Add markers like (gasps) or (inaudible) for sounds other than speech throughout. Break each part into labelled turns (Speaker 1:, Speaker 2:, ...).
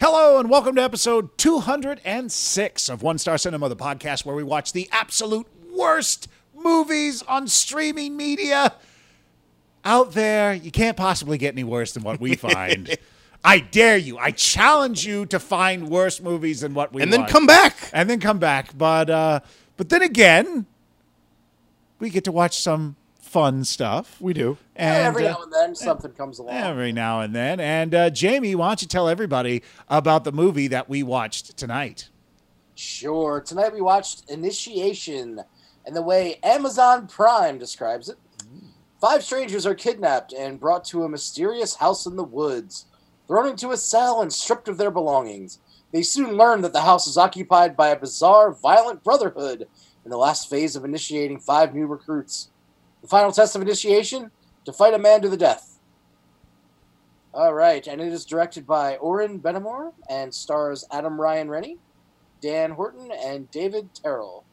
Speaker 1: Hello, and welcome to episode 206 of One Star Cinema, the podcast where we watch the absolute worst movies on streaming media out there. You can't possibly get any worse than
Speaker 2: (laughs)
Speaker 1: what we find. I dare you. I challenge you to find worse movies than what we
Speaker 2: and then
Speaker 1: watch.
Speaker 2: come back.
Speaker 1: and then come back. But uh, but then again, we get to watch some fun stuff.
Speaker 2: We do.
Speaker 1: And
Speaker 3: every
Speaker 1: uh,
Speaker 3: now and then something comes along.
Speaker 1: every now and then. And uh, Jamie, why don't you tell everybody about the movie that we watched tonight?
Speaker 3: Sure. Tonight we watched Initiation and the way Amazon Prime describes it. Five strangers are kidnapped and brought to a mysterious house in the woods, thrown into a cell and stripped of their belongings. They soon learn that the house is occupied by a bizarre, violent brotherhood in the last phase of initiating five new recruits. The final test of initiation to fight a man to the death. All right, and it is directed by Oren Benamor and stars Adam Ryan Rennie, Dan Horton, and David Terrell.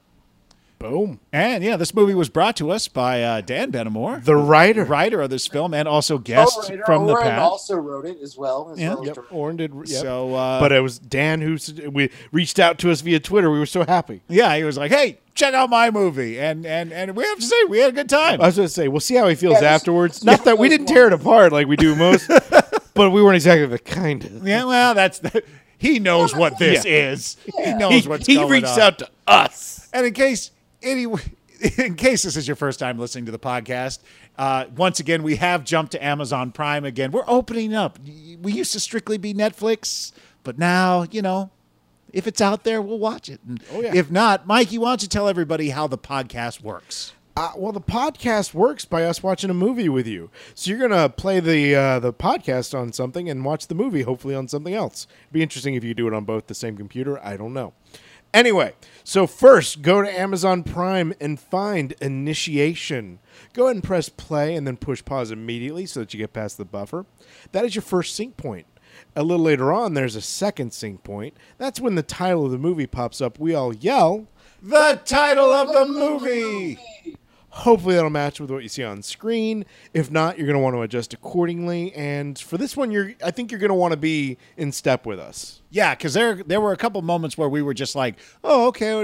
Speaker 2: Boom.
Speaker 1: And yeah, this movie was brought to us by uh, Dan Benamor,
Speaker 2: The writer.
Speaker 1: writer of this film, and also guest
Speaker 3: Co-writer
Speaker 1: from the
Speaker 3: Oren
Speaker 1: past.
Speaker 3: also wrote it as well. As
Speaker 1: Yeah. Oh,
Speaker 3: well as
Speaker 2: Yep.
Speaker 3: directed.
Speaker 2: Orrin did. Yep.
Speaker 1: So, uh,
Speaker 2: but it was Dan who s- we reached out to us via Twitter. We were so happy.
Speaker 1: yeah, he was like, "Hey, check out my movie," and and and we have to say we had a good time.
Speaker 2: I was going to say, we'll see how he feels
Speaker 3: Yeah, this-
Speaker 2: afterwards. Not that we didn't tear it apart like we do (laughs) most, but we weren't exactly the kind of.
Speaker 1: yeah, well, that's (laughs) the, he knows what this is. He knows
Speaker 2: He,
Speaker 1: what's
Speaker 2: he
Speaker 1: going
Speaker 2: reached
Speaker 1: on.
Speaker 2: out to us.
Speaker 1: And in case any, (laughs) in case this is your first time listening to the podcast, uh, once again we have jumped to Amazon Prime again. We're opening up. We used to strictly be Netflix, but now you know, if it's out there, we'll watch it. And
Speaker 2: Oh, yeah.
Speaker 1: If not, Mikey, why don't you tell everybody how the podcast works?
Speaker 2: Uh, well, the podcast works by us watching a movie with you. So you're gonna play the uh, the podcast on something and watch the movie, hopefully on something else. be interesting if you do it on both the same computer. I don't know. Anyway, so first go to Amazon Prime and find Initiation. Go ahead and press play and then push pause immediately so that you get past the buffer. That is your first sync point. A little later on, there's a second sync point. That's when the title of the movie pops up. We all yell.
Speaker 1: The title of the movie.
Speaker 2: Hopefully that'll match with what you see on screen. If not, you're going to want to adjust accordingly. And for this one, you're I think you're going to want to be in step with us.
Speaker 1: Yeah, because there there were a couple moments where we were just like, oh okay, oh,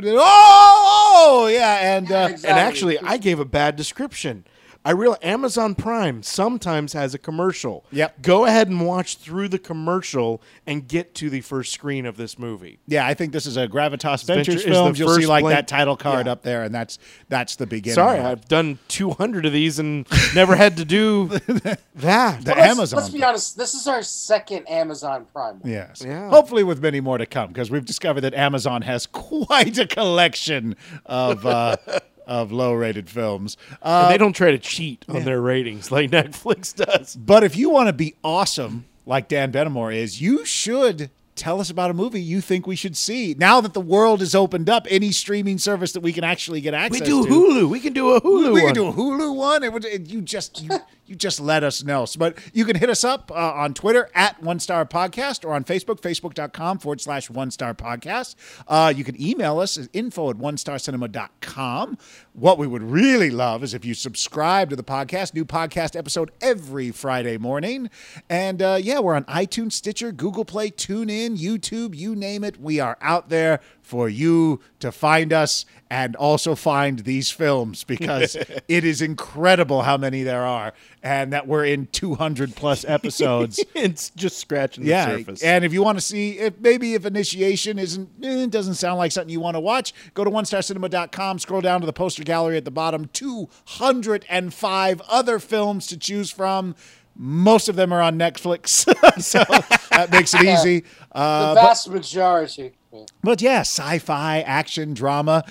Speaker 1: oh yeah, and uh,
Speaker 3: exactly.
Speaker 2: And actually, I gave a bad description. I realize Amazon Prime sometimes has a commercial.
Speaker 1: Yep.
Speaker 2: Go ahead and watch through the commercial and get to the first screen of this movie.
Speaker 1: Yeah, I think this is a Gravitas Ventures
Speaker 2: is the
Speaker 1: film. You'll see
Speaker 2: first
Speaker 1: like
Speaker 2: blank-
Speaker 1: that title card
Speaker 2: Yeah.
Speaker 1: up there, and that's that's the beginning.
Speaker 2: Sorry,
Speaker 1: of it.
Speaker 2: I've done 200 of these and never had to (laughs) do that.
Speaker 1: the
Speaker 3: Let's-
Speaker 1: Amazon.
Speaker 3: Let's be honest. This is our second Amazon Prime. one.
Speaker 1: yes.
Speaker 2: Yeah.
Speaker 1: Hopefully, with many more to come, because we've discovered that Amazon has (laughs) quite a collection of
Speaker 2: (laughs)
Speaker 1: uh, of low rated films. Uh,
Speaker 2: And they don't try to cheat on their ratings like Netflix does.
Speaker 1: but if you want to be awesome like Dan Benamor is, you should. Tell us about a movie you think we should see. Now that the world is opened up, any streaming service that we can actually get access
Speaker 2: We
Speaker 1: to.
Speaker 2: do Hulu. We can do a Hulu.
Speaker 1: we
Speaker 2: one.
Speaker 1: could do a Hulu one. It would. It, you just
Speaker 2: (laughs)
Speaker 1: you, you just let us know. So, but you can hit us up uh, on Twitter at One Star Podcast or on Facebook, facebook.com forward slash One Star Podcast. Uh, you can email us at info at onestarcinema.com. What we would really love is if you subscribe to the podcast. New podcast episode every Friday morning. And uh, yeah, we're on iTunes, Stitcher, Google Play, TuneIn, YouTube, you name it. We are out there for you to find us and also find these films because it is incredible how many there are and that we're in 200 plus episodes.
Speaker 2: (laughs) it's just scratching the
Speaker 1: yeah.
Speaker 2: surface.
Speaker 1: And if you want to see if maybe if initiation isn't eh, doesn't sound like something you want to watch, go to onestarcinema.com, scroll down to the poster gallery at the bottom, 205 other films to choose from. Most of them are on Netflix, (laughs)
Speaker 2: (laughs)
Speaker 1: so that makes it easy. Uh,
Speaker 3: The vast majority. Yeah.
Speaker 1: but yeah, sci-fi, action, drama,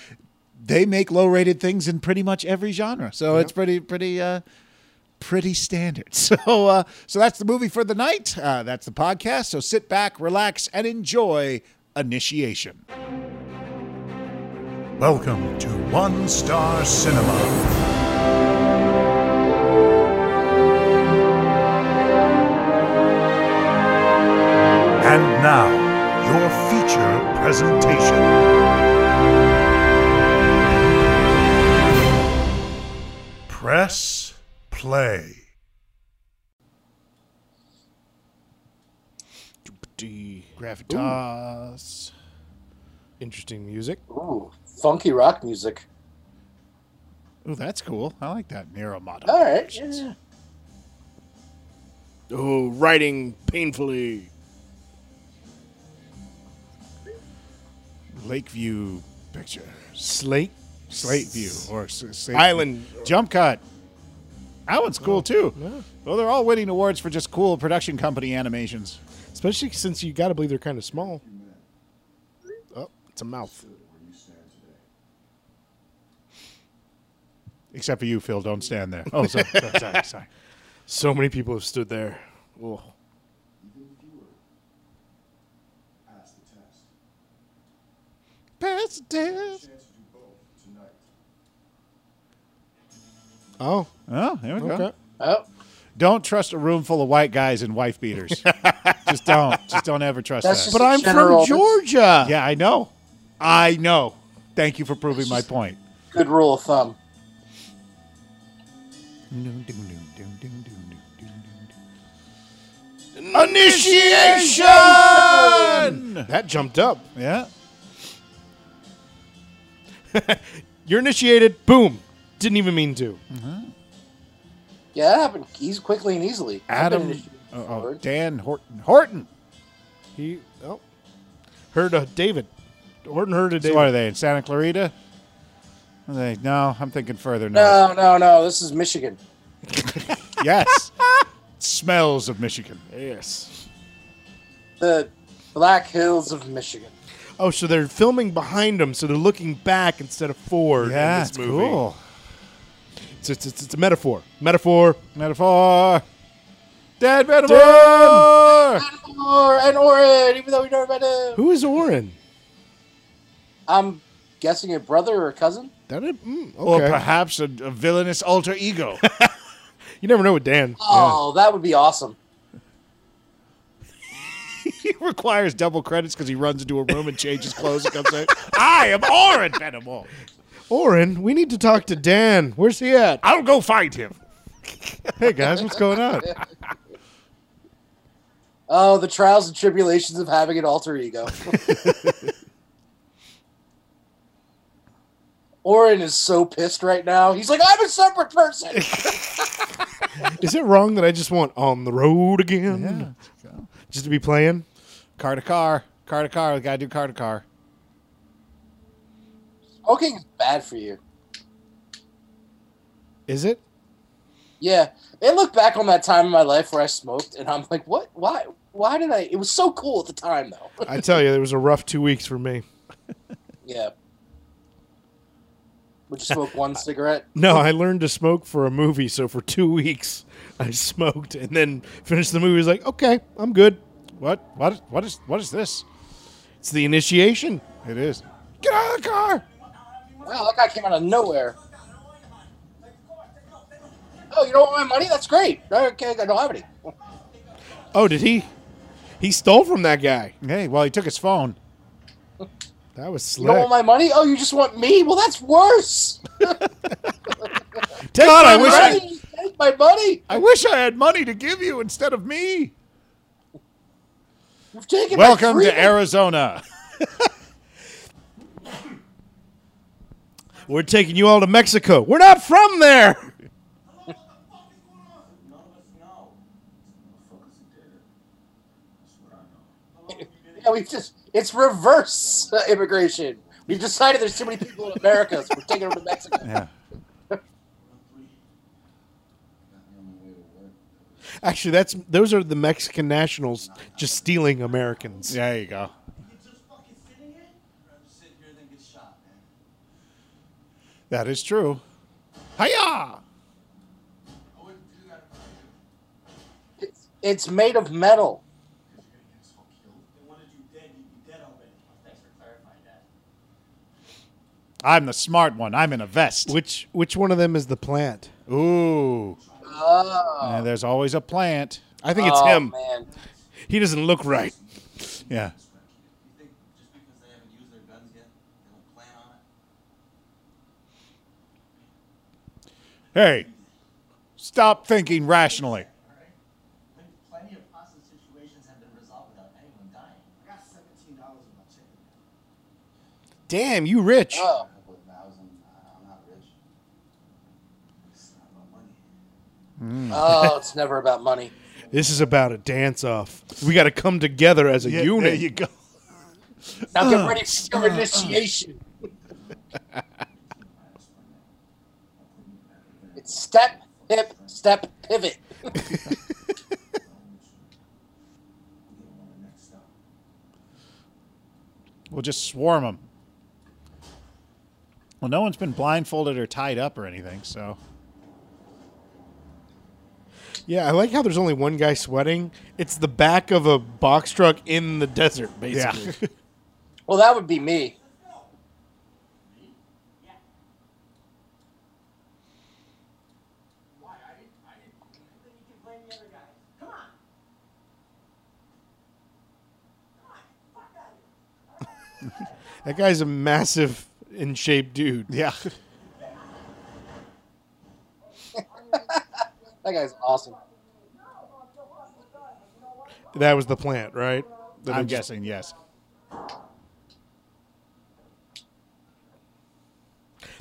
Speaker 1: they make low-rated things in pretty much every genre. So it's pretty pretty uh pretty standard. (laughs) So uh so that's the movie for the night. Uh that's the podcast. So sit back, relax and enjoy Initiation.
Speaker 4: Welcome to One Star Cinema. And now, your feature presentation. Press play.
Speaker 2: Gravity.
Speaker 1: Gravitas.
Speaker 2: Interesting music.
Speaker 3: Ooh, funky rock music.
Speaker 1: Ooh, that's cool. I like that narrow model.
Speaker 3: All right. yeah.
Speaker 2: Oh, writing painfully.
Speaker 1: Lakeview Pictures.
Speaker 2: Slate.
Speaker 1: Slate View or S- Slate
Speaker 2: Island. Oh,
Speaker 1: Jump Cut. That one's cool too.
Speaker 2: yeah.
Speaker 1: Well, they're all winning awards for just cool production company animations.
Speaker 2: Especially since you got to believe they're kind of small. Oh, it's a mouth.
Speaker 1: Except for you, Phil. Don't stand there. Oh,
Speaker 2: (laughs)
Speaker 1: sorry, sorry, sorry, sorry.
Speaker 2: So many people have stood there. Oh.
Speaker 1: Pass the test.
Speaker 2: Oh,
Speaker 1: Oh, there we
Speaker 2: okay.
Speaker 1: go.
Speaker 3: Oh,
Speaker 1: Don't trust a room full of white guys in wife (laughs) beaters. just don't. Just don't ever trust
Speaker 3: That's
Speaker 1: that.
Speaker 3: just-
Speaker 2: But I'm
Speaker 3: General-
Speaker 2: from Georgia.
Speaker 1: yeah, I know. I know. Thank you for proving my point.
Speaker 3: good rule of thumb.
Speaker 1: Initiation.
Speaker 2: That jumped up.
Speaker 1: Yeah.
Speaker 2: You're initiated. Boom. Didn't even mean to.
Speaker 3: Yeah, that happened easy, quickly and easily. I've been
Speaker 1: Adam.
Speaker 3: initiated
Speaker 1: Oh, oh,
Speaker 3: forward.
Speaker 1: Dan Horton. Horton.
Speaker 2: He oh heard of David. Horton heard of
Speaker 1: So
Speaker 2: David.
Speaker 1: what are they in Santa Clarita? Are they- no, I'm thinking further north.
Speaker 3: No, no, no. This is Michigan.
Speaker 1: Yes. (laughs) Smells of Michigan.
Speaker 2: Yes.
Speaker 3: The Black Hills of Michigan.
Speaker 2: Oh, so they're filming behind him, so they're looking back instead of forward. in
Speaker 1: Yeah,
Speaker 2: this
Speaker 1: it's
Speaker 2: movie.
Speaker 1: cool.
Speaker 2: It's, it's, it's, it's a metaphor. Metaphor.
Speaker 1: Metaphor. Dad metaphor.
Speaker 3: Or and Orin, even though we know about it.
Speaker 2: Who is Oren?
Speaker 3: I'm guessing a brother or a cousin.
Speaker 2: That is, mm,
Speaker 1: Or
Speaker 2: okay.
Speaker 1: perhaps a, a villainous alter ego.
Speaker 2: you never know with Dan.
Speaker 3: Oh, that would be awesome.
Speaker 1: (laughs) he requires double credits because he runs into a room and changes clothes and
Speaker 2: (laughs)
Speaker 1: comes out. I am (laughs) Orin Venomore.
Speaker 2: Ah, Oren, we need to talk to Dan. Where's he
Speaker 1: (laughs)
Speaker 2: at?
Speaker 1: I'll go find him.
Speaker 2: Hey guys, what's going on?
Speaker 3: Oh, the trials and tribulations of having an alter ego. Orin is so pissed right now. He's like, I'm a separate person.
Speaker 2: Is it wrong that I just want on the road again? Just to be playing?
Speaker 1: Car to car. Car to car. We gotta do car to car.
Speaker 3: Smoking is bad for you.
Speaker 2: Is it?
Speaker 3: Yeah. I look back on that time in my life where I smoked, and I'm like, what? Why? Why did I? It was so cool at the time, though. (laughs)
Speaker 2: I tell you, it was a rough two weeks for me.
Speaker 3: yeah. Would you smoke one cigarette?
Speaker 2: No, I learned to smoke for a movie, so for two weeks I smoked and then finished the movie. I was like, okay, I'm good.
Speaker 1: What? What? What is? What is this?
Speaker 2: It's the initiation.
Speaker 1: It is. Get out of the car.
Speaker 3: Wow, that guy came out of nowhere. Oh, you don't want my money? That's great. Okay, I don't have any.
Speaker 2: Oh, did he? He stole from that guy.
Speaker 1: Hey, well, he took his phone.
Speaker 2: That was
Speaker 3: You don't
Speaker 2: slick.
Speaker 3: want my money? Oh, you just want me? Well, that's worse.
Speaker 2: Take
Speaker 1: God, I
Speaker 2: my
Speaker 1: wish I-
Speaker 2: money.
Speaker 3: Money, take my money.
Speaker 1: I wish I had money to give you instead of me.
Speaker 3: You've taken my
Speaker 1: Welcome to
Speaker 3: freedom.
Speaker 1: Arizona.
Speaker 2: (laughs) We're taking you all to Mexico. We're not from there.
Speaker 3: Yeah, we just, it's reverse uh, immigration. We've decided there's too many people in America, so we're taking them to Mexico.
Speaker 1: Yeah.
Speaker 2: Actually, that's those are the Mexican nationals just stealing Americans.
Speaker 1: There you go. That is true. Hiya!
Speaker 3: It's, it's made of metal.
Speaker 1: I'm the smart one. I'm in a vest.
Speaker 2: Which which one of them is the plant?
Speaker 1: Ooh.
Speaker 3: Oh,
Speaker 1: And there's always a plant.
Speaker 2: I think it's
Speaker 3: oh,
Speaker 2: him.
Speaker 3: man.
Speaker 2: He doesn't look right.
Speaker 1: Yeah.
Speaker 5: You think just because they haven't used their guns yet, they don't plan on
Speaker 1: Hey,
Speaker 5: it?
Speaker 1: stop thinking rationally.
Speaker 5: Plenty of hostage situations have been resolved without anyone dying. dollars in my checking account.
Speaker 2: Damn, you rich.
Speaker 3: Oh,
Speaker 5: I put a thousand. I- I'm not rich. It's not about money.
Speaker 3: oh, it's never about money.
Speaker 2: This is about a dance off. We got to come together as a
Speaker 1: Yeah,
Speaker 2: unit.
Speaker 1: There you go.
Speaker 3: Now get ready for your initiation. It's step, hip, step, pivot.
Speaker 1: We'll just swarm them. Well, no one's been blindfolded or tied up or anything, so
Speaker 2: yeah, I like how there's only one guy sweating. It's the back of a box truck in the desert, basically.
Speaker 1: (laughs)
Speaker 3: Well, that would be me.
Speaker 5: Why? I didn't. I didn't. Then you can blame the other guy. Come on.
Speaker 2: (laughs) that guy's a massive, in shape dude.
Speaker 1: (laughs) yeah.
Speaker 3: That guy's awesome.
Speaker 2: That was the plant, right? That
Speaker 1: I'm
Speaker 2: it just-
Speaker 1: guessing yes.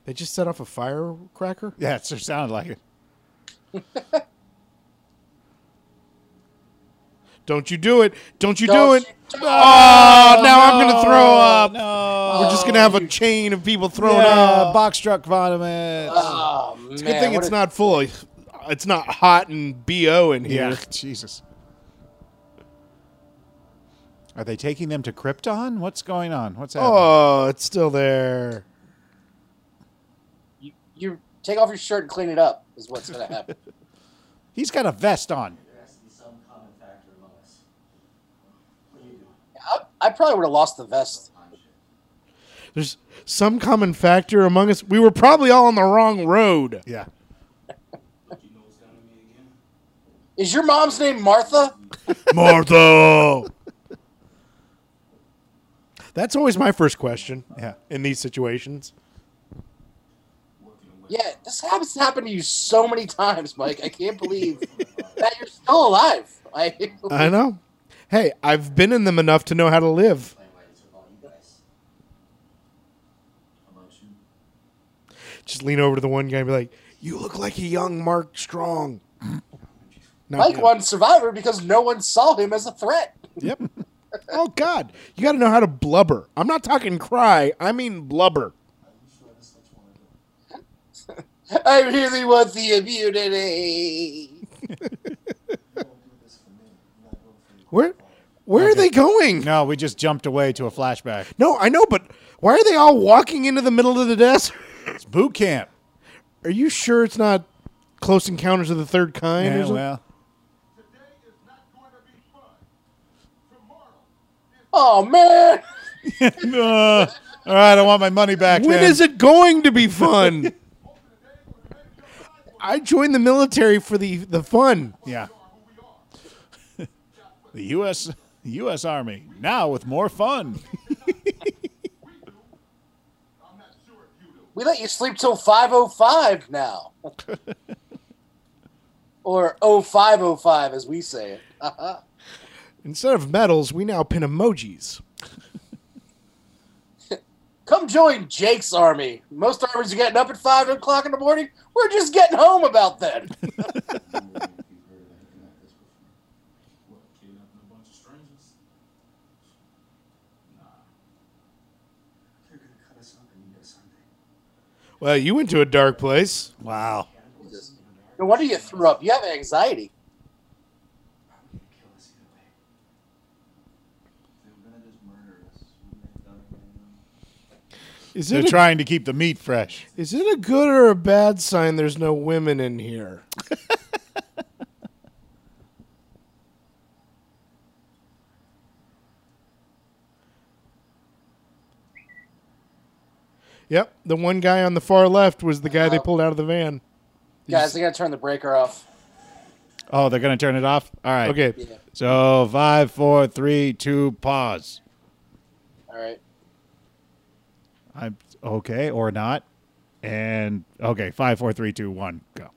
Speaker 2: They just set off a firecracker?
Speaker 1: Yeah, it sure sounded like it.
Speaker 2: Don't you do it. Don't you do
Speaker 3: Don't
Speaker 2: it.
Speaker 3: you
Speaker 2: oh, now I'm going to throw up.
Speaker 1: Oh, No,
Speaker 2: We're just going to
Speaker 3: Oh.
Speaker 2: have a chain of people throwing
Speaker 1: yeah,
Speaker 2: up.
Speaker 1: box truck vomit.
Speaker 3: Oh man,
Speaker 2: Good thing
Speaker 3: what
Speaker 2: it's
Speaker 3: a-
Speaker 2: not full. of- It's not hot and BO in here.
Speaker 1: yeah, Jesus. Are they taking them to Krypton? What's going on? What's happening?
Speaker 2: Oh, it's still there.
Speaker 3: You, you take off your shirt and clean it up is what's
Speaker 2: (laughs)
Speaker 3: gonna happen.
Speaker 1: He's got a vest on.
Speaker 5: There has to be some common factor among us. What do you do?
Speaker 3: I, I probably would have lost the vest.
Speaker 5: Time shit.
Speaker 2: There's some common factor among us. We were probably all on the wrong road.
Speaker 1: Yeah.
Speaker 5: Look, you know what's coming to me again?
Speaker 3: Is your mom's name Martha?
Speaker 2: Martha! That's always my first question
Speaker 1: Yeah.
Speaker 2: in these situations.
Speaker 5: Working away.
Speaker 3: Yeah, this happens happened to you so many times, Mike. I can't
Speaker 2: (laughs)
Speaker 3: believe that you're still alive. I, (laughs)
Speaker 2: I know. Hey, I've been in them enough to know how to live.
Speaker 5: Like why they took all you guys. How about you?
Speaker 2: Just lean over to the one guy and be like, "You look like a young Mark Strong." Not
Speaker 3: Mike
Speaker 2: him.
Speaker 3: won Survivor because no one saw him as a threat.
Speaker 2: Yep. Oh God, you got to know how to blubber. I'm not talking cry. I mean blubber.
Speaker 3: I really want the immunity.
Speaker 2: Where, where are they going?
Speaker 1: No, we just jumped away to a flashback.
Speaker 2: No, I know, but why are they all walking into the middle of the desk?
Speaker 1: It's boot camp.
Speaker 2: Are you sure it's not Close Encounters of the Third Kind? or
Speaker 1: Yeah,
Speaker 2: something?
Speaker 1: well,
Speaker 3: Oh man,
Speaker 1: Uh, (laughs) all right, I want my money back.
Speaker 2: When
Speaker 1: then.
Speaker 2: is it going to be fun? (laughs) I joined the military for the the fun.
Speaker 1: Yeah. (laughs) the U.S. U.S. Army now with more (laughs) fun.
Speaker 3: we let you sleep till five oh
Speaker 2: (laughs)
Speaker 3: five now, or oh five oh five as we say it. (laughs)
Speaker 2: Instead of medals, we now pin emojis.
Speaker 3: Come join Jake's army. Most armies are getting up at five o'clock in the morning. We're just getting home
Speaker 1: (laughs)
Speaker 3: about then.
Speaker 5: You've heard of anything like this before? What, kidnapping a bunch of strangers? Nah. They're gonna cut us up and eat us, aren't they?
Speaker 2: Well, you went to a dark place.
Speaker 1: Wow.
Speaker 3: No wonder you threw up. You have anxiety.
Speaker 5: Probably gonna kill us either way. They were gonna just murder us. Wouldn't they have done it by now?
Speaker 2: Is
Speaker 1: They're
Speaker 2: it a,
Speaker 1: trying to keep the meat fresh.
Speaker 2: is it a good or a bad sign? There's no women in here. (laughs) yep, the one guy on the far left was the guy they pulled out of the van.
Speaker 3: Guys, I gotta turn the breaker off.
Speaker 1: Oh, they're gonna turn it off. All right.
Speaker 2: Okay,
Speaker 3: Yeah.
Speaker 1: So five, four, three, two, pause.
Speaker 3: All right.
Speaker 1: I'm okay or not, and okay. Five, four, three, two, one, go.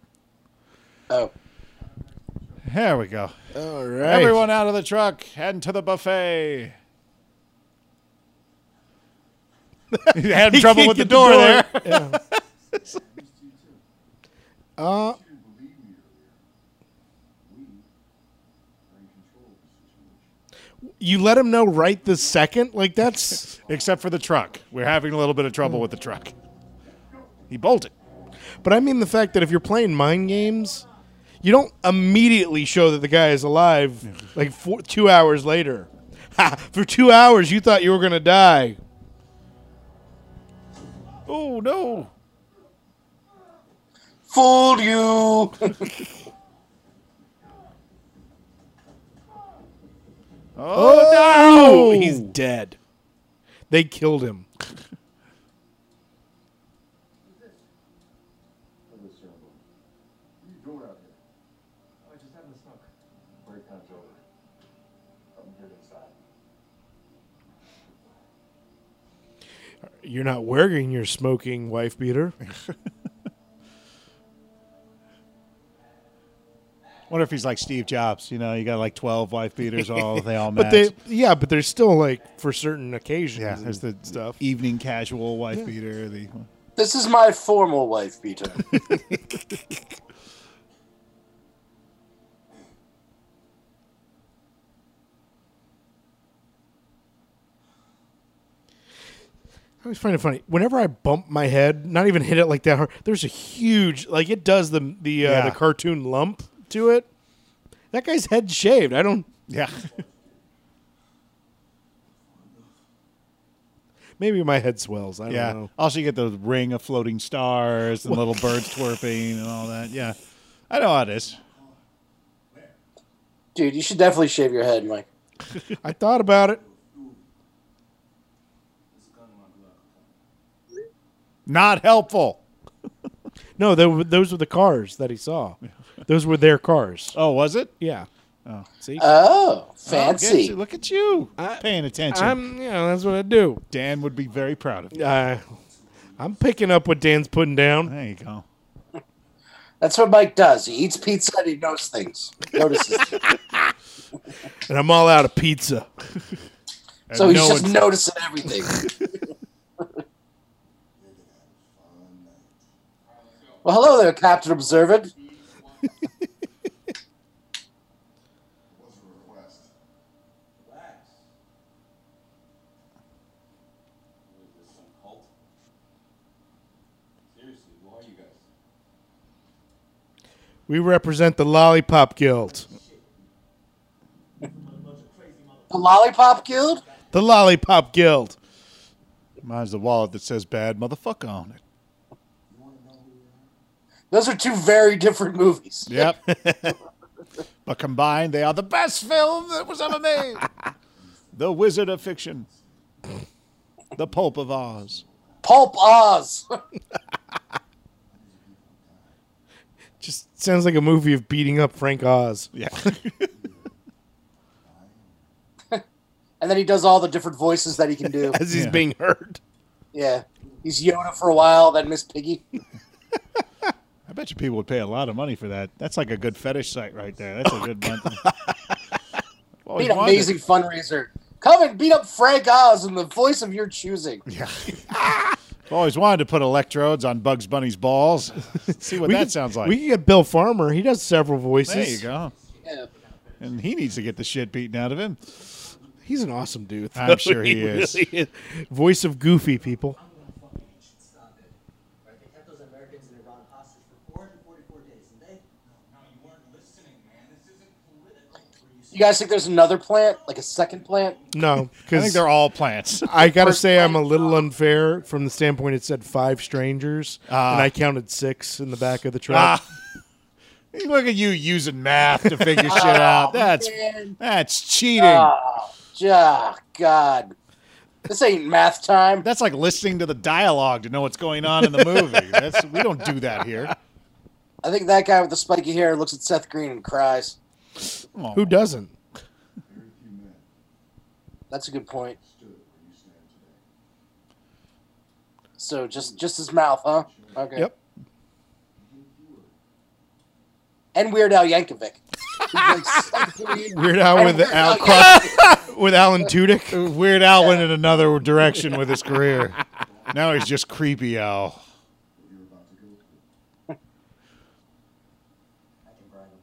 Speaker 3: Oh.
Speaker 1: There we go.
Speaker 2: all
Speaker 1: (laughs)
Speaker 2: right.
Speaker 1: Everyone out of the truck and to the buffet. You had
Speaker 2: He
Speaker 1: trouble
Speaker 2: can't
Speaker 1: with the
Speaker 2: get
Speaker 1: door, (laughs) there.
Speaker 2: Yeah. uh,
Speaker 5: You believe me earlier. We are in control of the situation.
Speaker 2: you let him know right this second. Like that's.
Speaker 1: Except for the truck. We're having a little bit of trouble with the truck. He bolted.
Speaker 2: But I mean the fact that if you're playing mind games, you don't immediately show that the guy is alive. Like four, two hours later, ha, for two hours you thought you were gonna die.
Speaker 1: Oh no.
Speaker 3: Fooled you. (laughs)
Speaker 1: Oh, no.
Speaker 2: Oh, he's dead. They killed him.
Speaker 5: What is your room? What are you doing out here? Oh,
Speaker 6: I just having a smoke.
Speaker 5: Break time's over. Come here inside.
Speaker 2: You're not wearing your smoking wife beater.
Speaker 1: Wonder if he's like Steve Jobs. You know, you got like twelve wife beaters. All (laughs) they all match.
Speaker 2: But they, yeah, but they're still like for certain occasions.
Speaker 1: yeah,
Speaker 2: and
Speaker 1: there's the
Speaker 2: stuff.
Speaker 1: evening casual wife beater. The
Speaker 3: this is my formal wife
Speaker 1: (laughs)
Speaker 3: beater.
Speaker 2: I always find it funny. Whenever I bump my head, not even hit it like that hard, there's a huge like it does the the uh,
Speaker 1: Yeah.
Speaker 2: the cartoon lump to it. That guy's head shaved. I don't.
Speaker 1: (laughs) yeah,
Speaker 2: Maybe my head swells. I don't
Speaker 1: yeah. (laughs)
Speaker 2: know.
Speaker 1: Oh, Also, you get the ring of floating stars and little birds twerping and all that. Yeah, I know how it is.
Speaker 3: Dude, you should definitely shave your head, Mike.
Speaker 2: I thought about it.
Speaker 5: This gun in my glove.
Speaker 1: Not helpful.
Speaker 2: No, they were, those were the cars that
Speaker 1: (laughs)
Speaker 2: he saw. Those were their cars.
Speaker 1: Oh, was it?
Speaker 2: Yeah. Oh, see,
Speaker 3: Oh,
Speaker 1: Oh, good.
Speaker 3: fancy.
Speaker 1: See, look at you
Speaker 2: I-
Speaker 1: paying attention.
Speaker 2: I'm you know that's what I do.
Speaker 1: Dan would be very proud of you.
Speaker 2: Uh, I'm picking up what Dan's putting down.
Speaker 1: There you go.
Speaker 3: That's what Mike does. He eats pizza and he knows things. Notices.
Speaker 1: (laughs)
Speaker 2: and I'm all out of pizza. (laughs)
Speaker 3: so he's
Speaker 2: no
Speaker 3: just
Speaker 2: one's-
Speaker 3: noticing everything. well, hello there, Captain Observant.
Speaker 5: What's the request? Relax. What is this, some cult? Seriously, who are you guys?
Speaker 2: We represent the Lollipop Guild.
Speaker 3: The Lollipop Guild?
Speaker 2: The Lollipop Guild.
Speaker 1: Mine's the wallet that says "bad motherfucker" on it.
Speaker 3: Those are two very different movies.
Speaker 1: Yep. (laughs) but combined, they are the best film that was ever
Speaker 2: (laughs)
Speaker 1: made. the Wizard of Fiction. The Pulp of Oz.
Speaker 3: Pulp Oz. (laughs)
Speaker 2: Just sounds like a movie of beating up Frank Oz.
Speaker 1: (laughs) Yeah.
Speaker 3: and then he does all the different voices that he can do.
Speaker 2: as he's
Speaker 1: Yeah.
Speaker 2: being hurt.
Speaker 3: Yeah. He's Yoda for a while, then Miss Piggy.
Speaker 1: I bet you people would pay a lot of money for that. That's like a good fetish site right there. That's a
Speaker 2: Oh,
Speaker 1: good one.
Speaker 2: (laughs)
Speaker 3: Be an amazing fundraiser. Come and beat up Frank Oz in the voice of your choosing.
Speaker 1: Yeah. I've always wanted to put electrodes on Bugs Bunny's balls. (laughs) See what that
Speaker 2: could-
Speaker 1: sounds like.
Speaker 2: We can get Bill Farmer. He does several voices.
Speaker 1: there you go.
Speaker 3: Yeah.
Speaker 1: And he needs to get the shit beaten out of him.
Speaker 2: He's an awesome dude.
Speaker 1: I'm
Speaker 2: though. (laughs)
Speaker 1: sure he is.
Speaker 2: really Voice of Goofy people.
Speaker 6: I'm gonna fucking you should stop it. Right? They kept those Americans in Iran hostage for 444 days, didn't they?
Speaker 5: No, you weren't listening, man. This isn't political.
Speaker 3: You guys think there's another plant? Like a second plant?
Speaker 1: (laughs)
Speaker 2: No,
Speaker 1: I think
Speaker 2: because
Speaker 1: they're all plants. (laughs)
Speaker 2: I gotta say I'm a little unfair from the standpoint it said five strangers and I counted six in the back of the truck.
Speaker 1: Ah. Look at you using math to figure shit out. That's
Speaker 3: man.
Speaker 1: that's cheating.
Speaker 3: Ah, God. This ain't math time.
Speaker 1: that's like listening to the dialogue to know what's going on in the movie. That's we don't do that here.
Speaker 3: I think that guy with the spiky hair looks at Seth Green and cries.
Speaker 2: Who doesn't?
Speaker 5: Very few men
Speaker 3: That's a good point.
Speaker 5: stood where you stand today.
Speaker 3: So just just his mouth, huh? Okay.
Speaker 2: Yep.
Speaker 5: Even fewer.
Speaker 3: And Weird Al Yankovic.
Speaker 2: (laughs)
Speaker 3: Like, Seth Green
Speaker 2: Weird Al
Speaker 3: and
Speaker 2: with
Speaker 3: Weird
Speaker 2: Al
Speaker 3: Yankovic.
Speaker 2: with Alan
Speaker 1: (laughs)
Speaker 2: Tudyk.
Speaker 1: Weird Al went in another direction with his career. now he's just creepy Al.
Speaker 5: what you're about to go through.
Speaker 6: I can bribe him.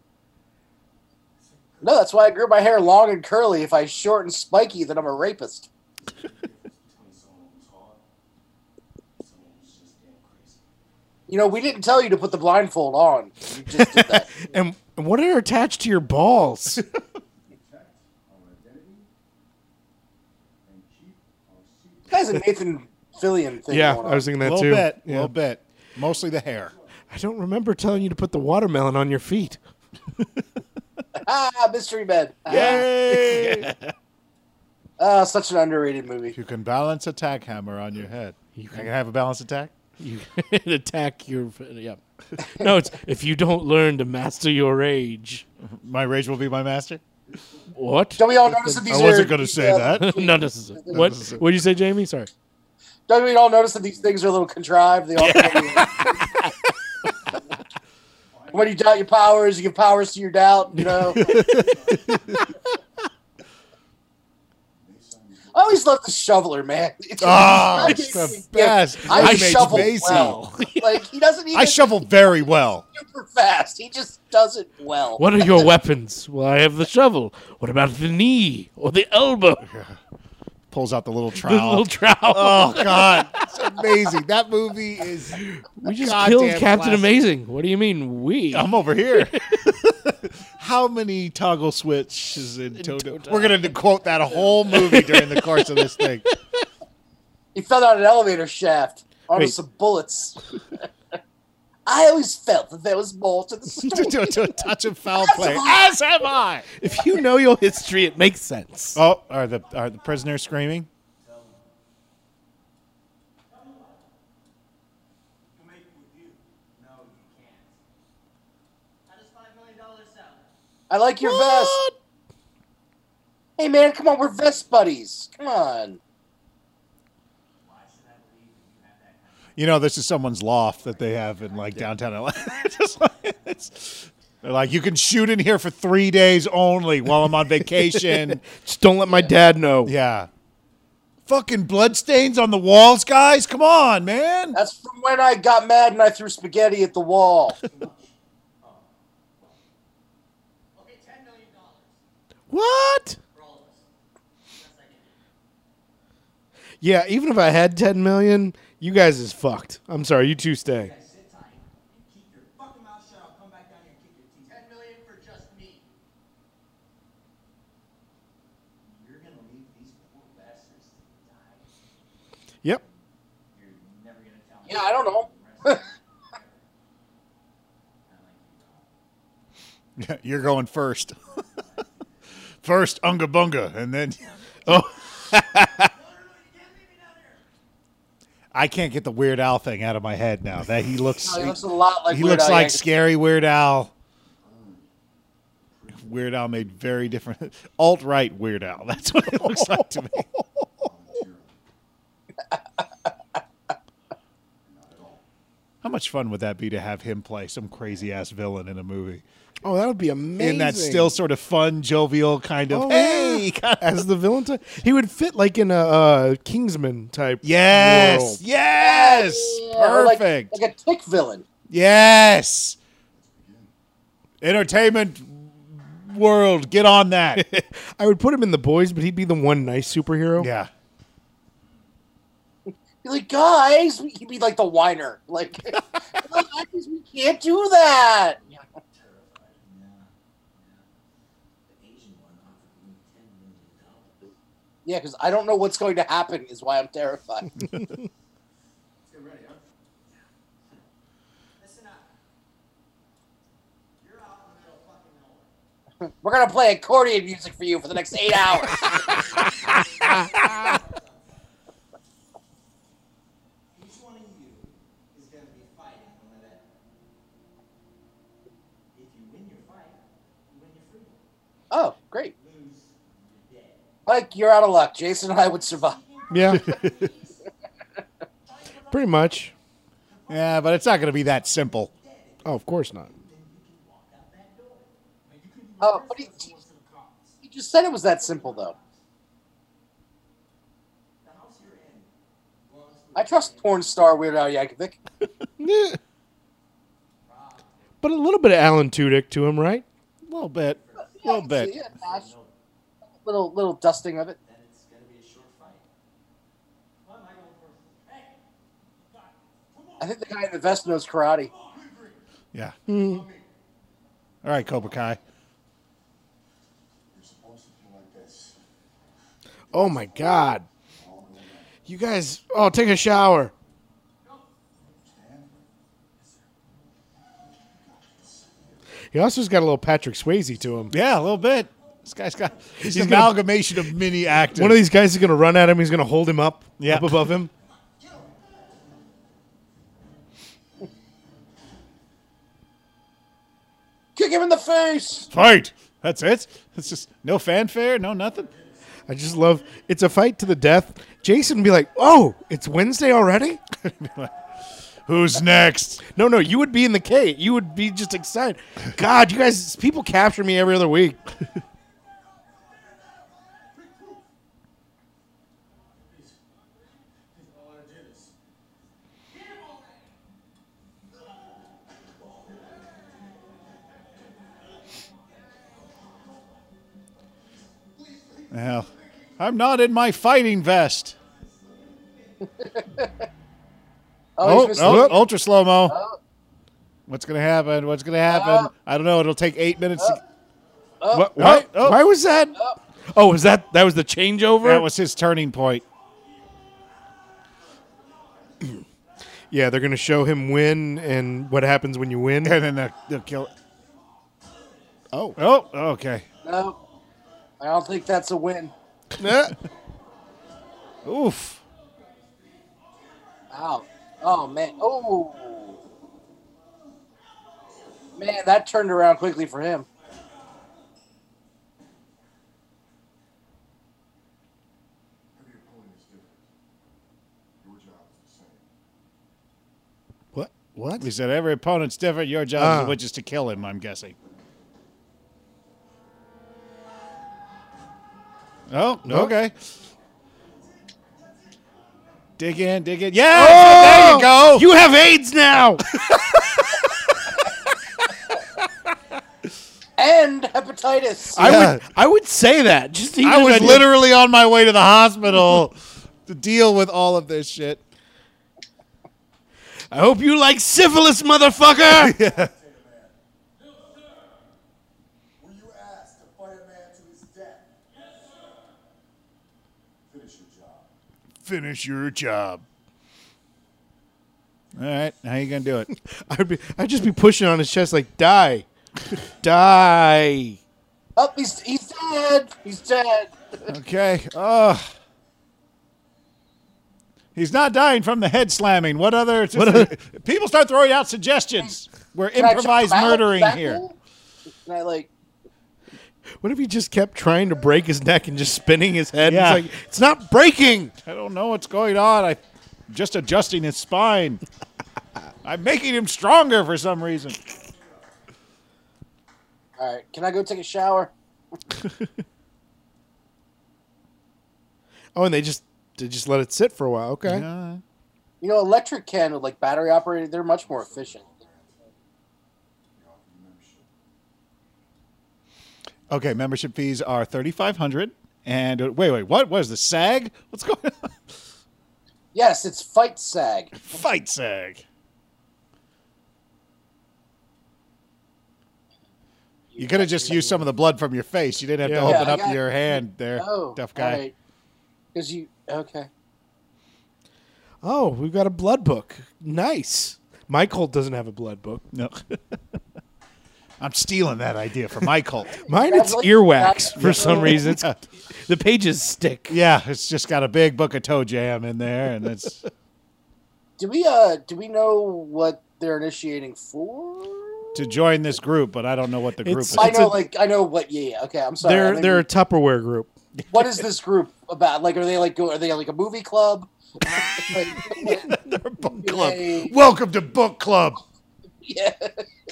Speaker 3: No, that's why I grew my hair long and curly. If I short and spiky, then I'm a rapist.
Speaker 5: Between someone who's hard and someone who's just damn crazy.
Speaker 3: You know, we didn't tell you to put the blindfold on. You just did (laughs) that.
Speaker 2: And what are attached to your
Speaker 1: (laughs)
Speaker 2: balls?
Speaker 5: Protect our identity and keep our secret.
Speaker 3: Guy's a Nathan Fillion thing.
Speaker 2: yeah,
Speaker 3: going
Speaker 2: I was thinking
Speaker 1: A
Speaker 2: that
Speaker 1: little
Speaker 2: too.
Speaker 1: bit, a
Speaker 2: Yeah.
Speaker 1: little bit. Mostly the hair.
Speaker 2: I don't remember telling you to put the watermelon on your feet.
Speaker 3: on. ah, Mystery Men.
Speaker 1: (laughs)
Speaker 3: Ah.
Speaker 2: Yay!
Speaker 3: Ah, such an underrated movie.
Speaker 1: You can balance a tack hammer on your head. You can, have a balance attack.
Speaker 7: You attack your.
Speaker 1: (laughs)
Speaker 7: Yep. No, it's if you don't learn to master your rage.
Speaker 1: My rage will be my master.
Speaker 7: What?
Speaker 3: Don't we all notice that these?
Speaker 1: I wasn't
Speaker 3: are-
Speaker 1: going to say
Speaker 2: (laughs)
Speaker 3: uh,
Speaker 1: that.
Speaker 7: no, this is what. What did you say, Jamie? Sorry.
Speaker 3: Don't we all notice that these things are a little contrived? They all. when you doubt your powers, you give powers to your doubt.
Speaker 1: (laughs)
Speaker 3: You know. I always love the shoveler, man. It's
Speaker 1: Oh,
Speaker 3: I
Speaker 1: it's
Speaker 3: can't
Speaker 1: the
Speaker 3: believe-
Speaker 1: best.
Speaker 3: I,
Speaker 1: I made
Speaker 3: shovel
Speaker 1: Macy.
Speaker 3: well. Like he doesn't even
Speaker 1: I shovel very well.
Speaker 3: super fast. He just does it well.
Speaker 7: What are your weapons? Well, I have the shovel. What about the knee or the elbow? (laughs)
Speaker 1: Pulls out (laughs) the little trowel.
Speaker 7: The little trowel.
Speaker 1: oh (laughs) God, it's amazing. That movie is.
Speaker 7: we just
Speaker 1: goddamn
Speaker 7: killed Captain
Speaker 1: classic.
Speaker 7: Amazing. What do you mean we?
Speaker 2: Um,
Speaker 1: I'm over here. (laughs) How many toggle switches in total? We're gonna quote that whole movie during the course of this (laughs) thing.
Speaker 3: He fell down an elevator shaft onto
Speaker 1: Wait.
Speaker 3: some bullets. (laughs) I always felt that there was more to the
Speaker 1: to, (laughs) to-
Speaker 3: story.
Speaker 1: to a touch of foul play. As have I.
Speaker 2: if you know your history, it makes sense.
Speaker 1: Oh, are the are the prisoners screaming?
Speaker 5: Make with you. No, you can't.
Speaker 6: How does $5 million sound?
Speaker 3: I like your vest. Hey man, come on, we're vest buddies. Come on.
Speaker 1: You know, this is someone's loft that they have in like downtown (laughs) LA. Just like, it's- they're like, you can shoot in here for three days only while I'm on vacation. (laughs)
Speaker 2: Just don't let my dad know.
Speaker 1: yeah. Fucking bloodstains on the walls, guys. Come on,
Speaker 3: (laughs)
Speaker 1: man.
Speaker 3: That's from when I got mad and I threw spaghetti at the
Speaker 1: (laughs)
Speaker 3: wall.
Speaker 6: Okay, $10 million for
Speaker 2: What?
Speaker 6: all of us. That's I can do.
Speaker 2: Yeah, even if I had 10 million, you guys is fucked. I'm sorry, you two stay.
Speaker 6: guys sit tight and keep your fucking mouth shut. I'll come back down here and kick your teeth. Ten million for just me.
Speaker 5: You're gonna leave these poor bastards to die.
Speaker 2: Yep.
Speaker 5: You're never gonna tell me.
Speaker 3: Yeah, I don't know.
Speaker 1: You're going first. (laughs) first, Unga Bunga, and then (laughs) I can't get the Weird Al thing out of my head now. That he
Speaker 3: (laughs)
Speaker 1: looks,
Speaker 3: He looks a lot like
Speaker 1: he
Speaker 3: Weird
Speaker 1: looks
Speaker 3: Al
Speaker 1: like
Speaker 3: Yankovic.
Speaker 1: scary Weird Al. Weird Al made very different (laughs) alt right Weird Al. That's what it looks like
Speaker 3: (laughs)
Speaker 1: to me. How much fun would that be to have him play some crazy ass villain in a movie?
Speaker 2: Oh, that would be amazing.
Speaker 1: In that still sort of fun, jovial kind of (laughs)
Speaker 2: Oh,
Speaker 1: hey,
Speaker 2: yeah.
Speaker 1: kind of-
Speaker 2: as the villain type. He would fit like in a uh, Kingsman type.
Speaker 1: yes,
Speaker 2: world.
Speaker 1: yes,
Speaker 3: Yeah, or like-
Speaker 1: perfect,
Speaker 3: Like, a tick villain.
Speaker 1: yes. Entertainment world, get on (laughs) that.
Speaker 2: I would put him in the boys, but he'd be the one nice superhero.
Speaker 1: yeah.
Speaker 3: Be like, guys, we- he'd be like the whiner. (laughs) Like,
Speaker 1: (laughs)
Speaker 3: guys, we can't do that. Yeah, because I don't know what's going to happen, is why I'm
Speaker 1: (laughs)
Speaker 3: terrified.
Speaker 6: Listen up. You're out in the middle of fucking nowhere.
Speaker 3: We're going to play accordion music for you for the next eight hours.
Speaker 1: (laughs)
Speaker 6: Each one of you is going to be fighting one of that. If you win your fight, you win your freedom.
Speaker 3: oh, great.
Speaker 6: Lose, you're dead.
Speaker 3: Mike, you're out of luck. Jason and I would survive.
Speaker 2: Yeah. Pretty much.
Speaker 1: Yeah, but it's not going to be that simple.
Speaker 2: Oh, of course not.
Speaker 3: Oh, but he, he just said it was that simple, though.
Speaker 6: The house you're in belongs to
Speaker 3: I trust porn star Weird Al Yankovic.
Speaker 1: Eh,
Speaker 2: Yeah. But a little bit of Alan Tudyk to him, right?
Speaker 1: A little bit. A little bit.
Speaker 3: Yeah, Ash. Little little dusting of it.
Speaker 5: Then it's gonna be a short fight.
Speaker 3: I think the guy in the vest knows karate.
Speaker 1: Yeah. All right, Cobra Kai.
Speaker 2: Oh my God! You guys, oh, take a shower. He also's got a little Patrick Swayze to him.
Speaker 1: Yeah, a little bit. This guy's got he's an
Speaker 2: gonna-
Speaker 1: amalgamation of mini actors.
Speaker 2: One of these guys is going to run at him. He's going to hold him up,
Speaker 1: Yeah.
Speaker 2: up above him.
Speaker 3: Kick him in the face.
Speaker 1: fight. (laughs) That's it. It's just no fanfare, no nothing.
Speaker 2: I just love. It's a fight to the death. Jason would be like, "Oh, it's Wednesday already."
Speaker 1: Who's next?
Speaker 2: No, no, you would be in the K. You would be just excited. God, you guys, people capture me every other week.
Speaker 1: Well, I'm not in my fighting vest.
Speaker 3: Oh,
Speaker 1: Oh,
Speaker 3: he's
Speaker 1: oh,
Speaker 3: missing-
Speaker 1: ultra slow mo. What's gonna happen? What's gonna happen? I don't know. It'll take eight minutes. to... oh,
Speaker 2: What? Why,
Speaker 1: oh.
Speaker 2: why was that? Oh, was that that was the changeover?
Speaker 1: That was his turning point.
Speaker 2: yeah, they're gonna show him win and what happens when you win.
Speaker 1: (laughs) And then they'll, they'll kill it.
Speaker 2: Oh.
Speaker 1: Oh, okay.
Speaker 3: No, I don't think that's a win.
Speaker 1: Oof.
Speaker 3: Ow. Oh man. Oh. Man, that turned around quickly for him.
Speaker 5: Every opponent is different. Your job is the same.
Speaker 2: what? What?
Speaker 1: He said every opponent's different. Your job
Speaker 2: Ah.
Speaker 1: is which is to kill him. I'm guessing. Oh,
Speaker 2: Nope.
Speaker 1: okay. Dig in, dig in. Yeah, there you go.
Speaker 2: You have AIDS now.
Speaker 3: And hepatitis.
Speaker 2: I
Speaker 1: Yeah.
Speaker 2: would I would say that. Just even
Speaker 1: I
Speaker 2: if
Speaker 1: was
Speaker 2: did-
Speaker 1: literally on my way to the hospital to deal with all of this shit.
Speaker 2: I hope you like syphilis, (laughs) motherfucker.
Speaker 5: Were you asked to fight a man to his death? Yes, sir. Finish your job.
Speaker 1: Finish your job. All right, how you gonna do it?
Speaker 2: I'd be I'd just be pushing on his chest like die. die.
Speaker 3: oh, he's, he's dead. He's dead.
Speaker 1: Okay. Oh. He's not dying from the head slamming. What other? people start throwing out suggestions. We're
Speaker 3: Can I check
Speaker 1: improvised
Speaker 3: him out?
Speaker 1: murdering
Speaker 3: Back
Speaker 1: here.
Speaker 3: there? And I like.
Speaker 2: What if he just kept trying to break his neck and just spinning his head?
Speaker 1: Yeah.
Speaker 2: It's like it's not breaking.
Speaker 1: I don't know what's going on. I'm just adjusting his spine. I'm making him stronger for some reason.
Speaker 3: All right. Can I go take a shower?
Speaker 2: Oh, and they just they just let it sit for a while. Okay.
Speaker 1: Uh,
Speaker 3: You know, electric can with like battery operated, they're much more efficient.
Speaker 1: Okay, membership fees are thirty five hundred. And uh, wait, wait, what was the SAG? What's going on?
Speaker 3: Yes, it's fight sag.
Speaker 1: Fight SAG. You could have just used some of the blood from your face. You didn't have
Speaker 2: Yeah.
Speaker 1: to open
Speaker 3: Yeah, I
Speaker 1: up
Speaker 3: got-
Speaker 1: your hand there,
Speaker 3: Oh,
Speaker 1: tough guy.
Speaker 3: Because you okay?
Speaker 2: Oh, we've got a blood book. Nice. My cult doesn't have a blood book.
Speaker 1: No. (laughs) I'm stealing that idea from my cult.
Speaker 2: Mine it's
Speaker 3: Congratulations.
Speaker 2: earwax for some reason. It's, the pages stick.
Speaker 1: (laughs) yeah, it's just got a big book of toe jam in there, and it's
Speaker 3: Do we uh do we know what they're initiating for?
Speaker 1: to join this group, but I don't know what the group
Speaker 2: It's
Speaker 1: is.
Speaker 3: I
Speaker 2: like-
Speaker 3: know,
Speaker 2: a-
Speaker 3: like I know what. Yeah, yeah. Okay, I'm sorry. I
Speaker 2: They're
Speaker 3: think-
Speaker 2: they're a Tupperware group.
Speaker 3: what is this group about? Like, are they like go? Are they like a movie club? (laughs) like,
Speaker 1: They're a book club.
Speaker 3: Yay.
Speaker 1: Welcome to book club.
Speaker 3: yeah,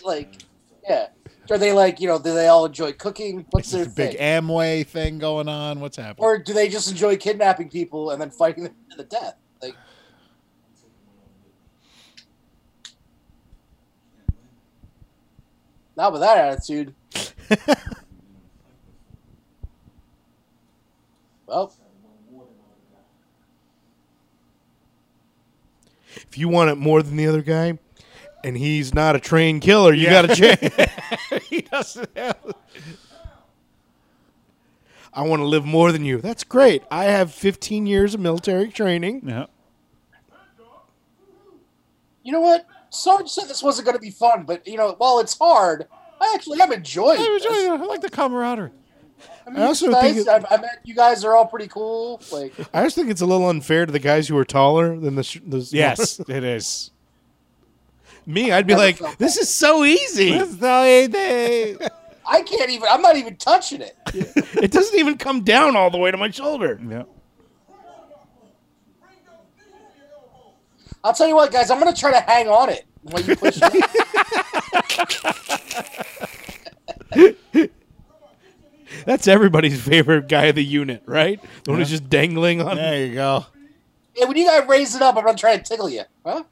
Speaker 3: like yeah. Are they like you know? Do they all enjoy cooking? What's
Speaker 1: It's a
Speaker 3: their
Speaker 1: big
Speaker 3: thing?
Speaker 1: Amway thing going on. What's happening?
Speaker 3: or do they just enjoy kidnapping people and then fighting them to the death? Like, Not with that attitude. well,
Speaker 2: If you want it more than the other guy, and he's not a trained killer, you got to change.
Speaker 1: (laughs)
Speaker 7: he doesn't have.
Speaker 2: I want to live more than you. That's great. I have 15 years of military training.
Speaker 1: Yeah.
Speaker 3: you know what? Sarge said this wasn't going to be fun, but you know, while it's hard, I actually am enjoying.
Speaker 1: I,
Speaker 3: this.
Speaker 1: enjoy it. I like the camaraderie.
Speaker 3: I, mean,
Speaker 2: I
Speaker 3: it's
Speaker 2: also
Speaker 3: nice.
Speaker 2: think it-
Speaker 3: I, I met you guys are all pretty cool. Like,
Speaker 2: I just think it's a little unfair to the guys who are taller than the. Sh- the smaller-
Speaker 1: (laughs) Yes, it is.
Speaker 2: (laughs) me, I'd be
Speaker 3: Never
Speaker 2: like,
Speaker 3: felt
Speaker 2: this is so easy.
Speaker 1: yeah.
Speaker 3: I can't even. I'm not even touching it.
Speaker 2: (laughs) it doesn't even come down all the way to my shoulder.
Speaker 3: I'll tell you what, guys. I'm going to try to hang on it while you push it.
Speaker 2: That's everybody's favorite guy of the unit, right? The one who's just dangling on.
Speaker 1: There you go.
Speaker 3: Yeah, when you guys raise it up, I'm not trying to tickle you, huh?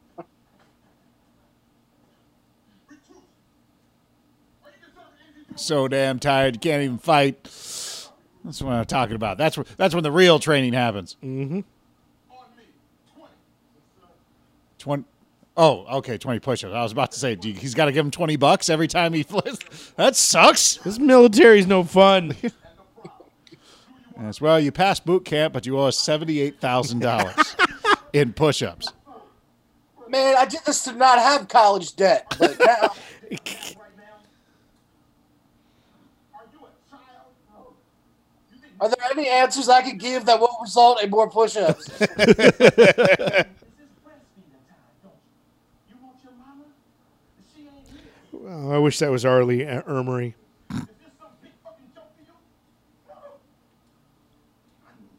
Speaker 1: So damn tired. You can't even fight. That's what I'm talking about. That's where, that's when the real training happens. Mm-hmm. Twenty. Oh, okay, twenty push-ups. I was about to say, do you- he's got to give him twenty bucks every time he (laughs) flips. That sucks.
Speaker 2: This military's no fun.
Speaker 1: (laughs) Yes, well, you passed boot camp, but you owe us seventy-eight thousand (laughs) dollars in push-ups.
Speaker 3: Man, I did this to not have college debt, but now (laughs) are there any answers I could give that won't result in more push-ups?
Speaker 5: This is breastfeeding time, don't you? You want your mama? She ain't here.
Speaker 2: Oh, I wish that was Arlie uh, Ermory.
Speaker 5: Is this some big fucking joke for you? No. I knew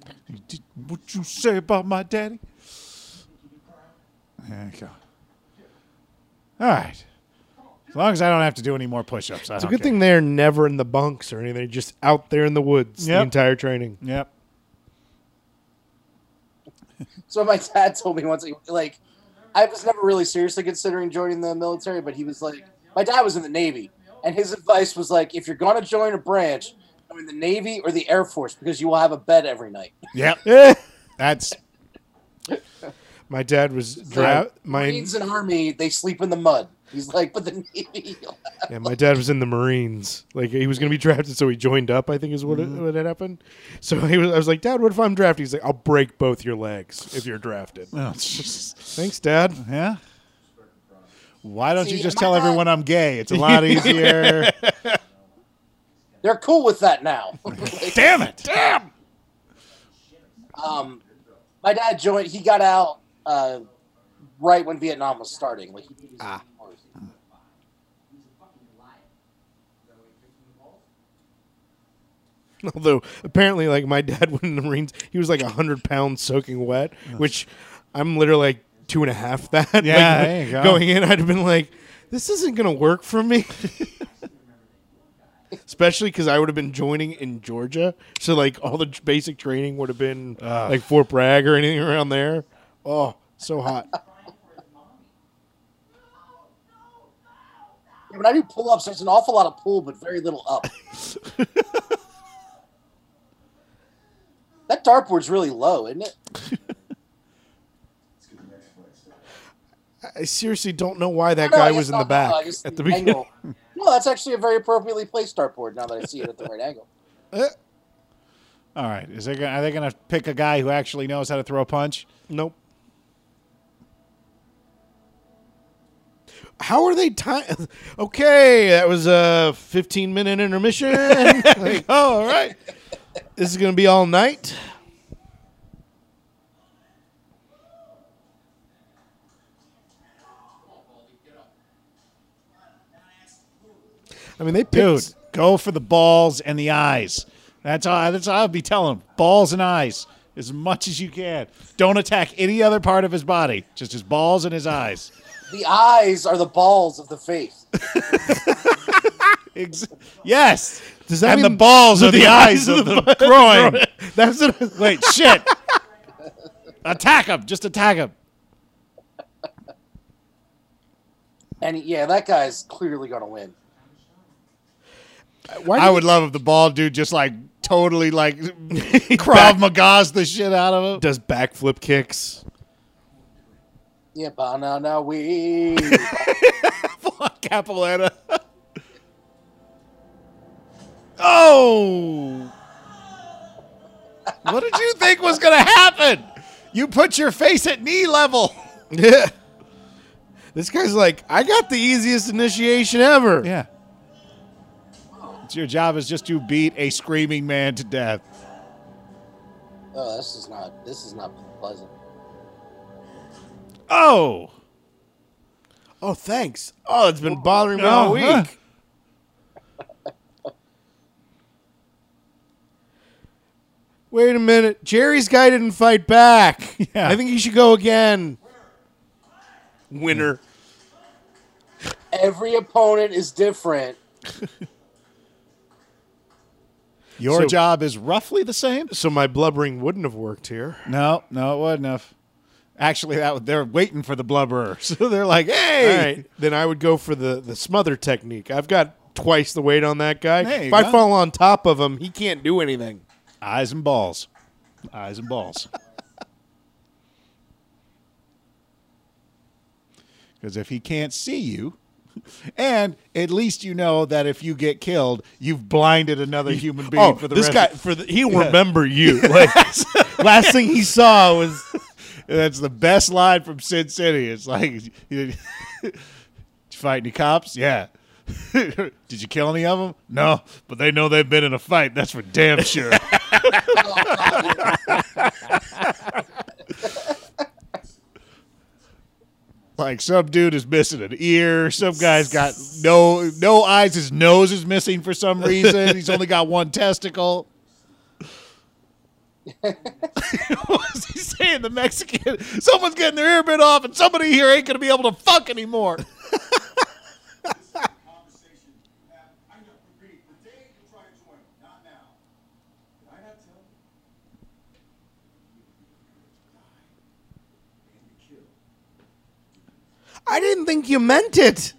Speaker 5: your mom.
Speaker 1: Did- What you say about my daddy? There you go. All right. As long as I don't have to do any more push-ups, I
Speaker 2: It's a good thing they're never in the bunks or anything, just out there in the woods the
Speaker 1: Yep.
Speaker 2: entire training.
Speaker 1: Yep.
Speaker 3: So my dad told me once, like, I was never really seriously considering joining the military, but he was like, my dad was in the Navy, and his advice was like, if you're gonna join a branch, join the Navy or the Air Force because you will have a bed every night.
Speaker 1: Yep.
Speaker 2: Eh.
Speaker 1: That's
Speaker 2: My dad was dra- my
Speaker 3: Marines and Army, they sleep in the mud. He's like, but the Navy. (laughs)
Speaker 2: yeah, my dad was in the Marines. Like he was going to be drafted, so he joined up. I think is what, it, what had happened. So he was, I was like, Dad, what if I'm drafted? He's like, I'll break both your legs if you're drafted.
Speaker 1: oh, jeez.
Speaker 2: Thanks, Dad.
Speaker 1: yeah. Why don't you
Speaker 3: See,
Speaker 1: just
Speaker 3: my
Speaker 1: tell
Speaker 3: dad-
Speaker 1: everyone I'm gay? It's a
Speaker 2: (laughs)
Speaker 1: lot easier.
Speaker 3: They're cool with that now. (laughs)
Speaker 1: Damn it! Damn.
Speaker 3: um, my dad joined. He got out uh, right when Vietnam was starting. Like he did his tours.
Speaker 2: (laughs) Although apparently, like my dad (laughs) went in the Marines, he was like hundred pounds soaking wet, which I'm literally like two and a half (laughs) that. Like,
Speaker 1: Yeah, there you go.
Speaker 2: Going in, I'd have been like, this isn't gonna work for me. (laughs) Especially because I would have been joining in Georgia, so like all the basic training would have been like Fort Bragg or anything around there. Oh, so hot.
Speaker 3: Yeah, When I do pull ups, there's an awful lot of pull, but very little
Speaker 2: (laughs)
Speaker 3: up. that dartboard's really low, isn't it?
Speaker 2: I seriously don't know why that
Speaker 3: No,
Speaker 2: guy
Speaker 3: it's
Speaker 2: was in
Speaker 3: not
Speaker 2: the back
Speaker 3: low, I just
Speaker 2: at
Speaker 3: see
Speaker 2: the
Speaker 3: the
Speaker 2: beginning.
Speaker 3: angle. No, that's actually a very appropriately placed dartboard now that I see it at the right angle.
Speaker 1: All right. Is they gonna, are they going to pick a guy who actually knows how to throw a punch?
Speaker 2: Nope. How are they time? (laughs) Okay, that was a 15 minute intermission. (laughs) Like, oh, all right. This is going to be all night. I mean, they picked.
Speaker 1: Dude, go for the balls and the eyes. That's all. That's all I'll be telling him. Balls and eyes as much as you can. Don't attack any other part of his body. Just his balls and his eyes. (laughs)
Speaker 3: The eyes are the balls of the face.
Speaker 1: Ex- yes.
Speaker 2: Does
Speaker 1: And the
Speaker 2: mean-
Speaker 1: balls are the (laughs) eyes of the groin.
Speaker 2: (laughs) That's what I-
Speaker 1: Wait, shit. attack him. Just attack him.
Speaker 3: And yeah, that guy's clearly going to win.
Speaker 2: Why
Speaker 1: I
Speaker 2: do you-
Speaker 1: would love if the bald dude just like totally
Speaker 2: (laughs)
Speaker 1: like Krav Maga's the shit out of him.
Speaker 2: does backflip kicks.
Speaker 3: Yeah, banana we.
Speaker 1: Fuck Capilana. oh. What did you think was going to happen? You put your face at knee level.
Speaker 2: (laughs) Yeah. This guy's like, I got the easiest initiation ever.
Speaker 1: Yeah. It's your job is just to beat a screaming man to death.
Speaker 3: oh, this is not. This is not pleasant.
Speaker 1: Oh.
Speaker 2: Oh, thanks. Oh, it's been bothering me all
Speaker 1: Oh,
Speaker 2: week.
Speaker 1: huh.
Speaker 2: Wait a minute. Jerry's guy didn't fight back.
Speaker 1: Yeah.
Speaker 2: I think he should go again. Winner.
Speaker 3: Every opponent is different.
Speaker 1: Your
Speaker 2: So-
Speaker 1: job is roughly the same?
Speaker 2: So my blubbering wouldn't have worked here.
Speaker 1: No, no, it wasn't enough. Actually, that was- they're waiting for the blubberer. (laughs) So they're like, hey.
Speaker 2: All right. Then I would go for the, the smother technique. I've got twice the weight on that guy.
Speaker 1: There you
Speaker 2: If I
Speaker 1: go.
Speaker 2: fall on top of him, he can't do anything.
Speaker 1: Eyes and balls. Eyes and balls. Because if he can't see you, and at least you know that if you get killed, you've blinded another human being
Speaker 2: Oh,
Speaker 1: for the
Speaker 2: this guy
Speaker 1: rest
Speaker 2: for the, he'll remember
Speaker 1: (laughs)
Speaker 2: you. Like, last thing he saw was
Speaker 1: That's the best line from Sin City. It's like, did (laughs) you fight any cops? Yeah. (laughs) did you kill any of them? No, but they know they've been in a fight. That's for damn
Speaker 2: (laughs)
Speaker 1: sure. like some dude is missing an ear. Some guy's got no no eyes. His nose is missing for some reason. He's only got one testicle. (laughs) what was he saying? The Mexican, someone's getting their ear bit off, and somebody here ain't gonna be able to fuck anymore.
Speaker 5: Conversation you have, I know, repeat, the day you try to join, not now. Did I not tell you?
Speaker 2: I didn't think you meant it.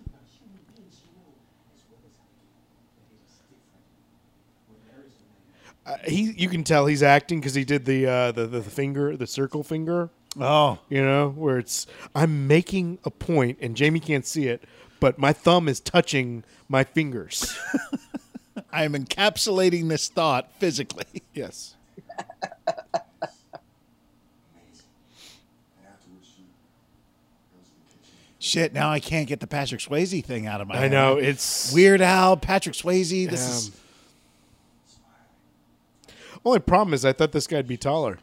Speaker 2: Uh, he, you can tell he's acting because he did the, uh, the the the finger, the circle finger.
Speaker 1: (laughs) Oh,
Speaker 2: You know, where it's I'm making a point, and Jamie can't see it, but my thumb is touching my fingers.
Speaker 1: I am encapsulating this thought physically.
Speaker 2: (laughs) yes.
Speaker 5: Afterwards, she goes to the kitchen.
Speaker 1: Shit, now I can't get the Patrick Swayze thing out of my.
Speaker 2: I
Speaker 1: head.
Speaker 2: know it's
Speaker 1: Weird Al, Patrick Swayze. This
Speaker 2: Um,
Speaker 1: is
Speaker 2: Only problem is I thought this guy'd be taller.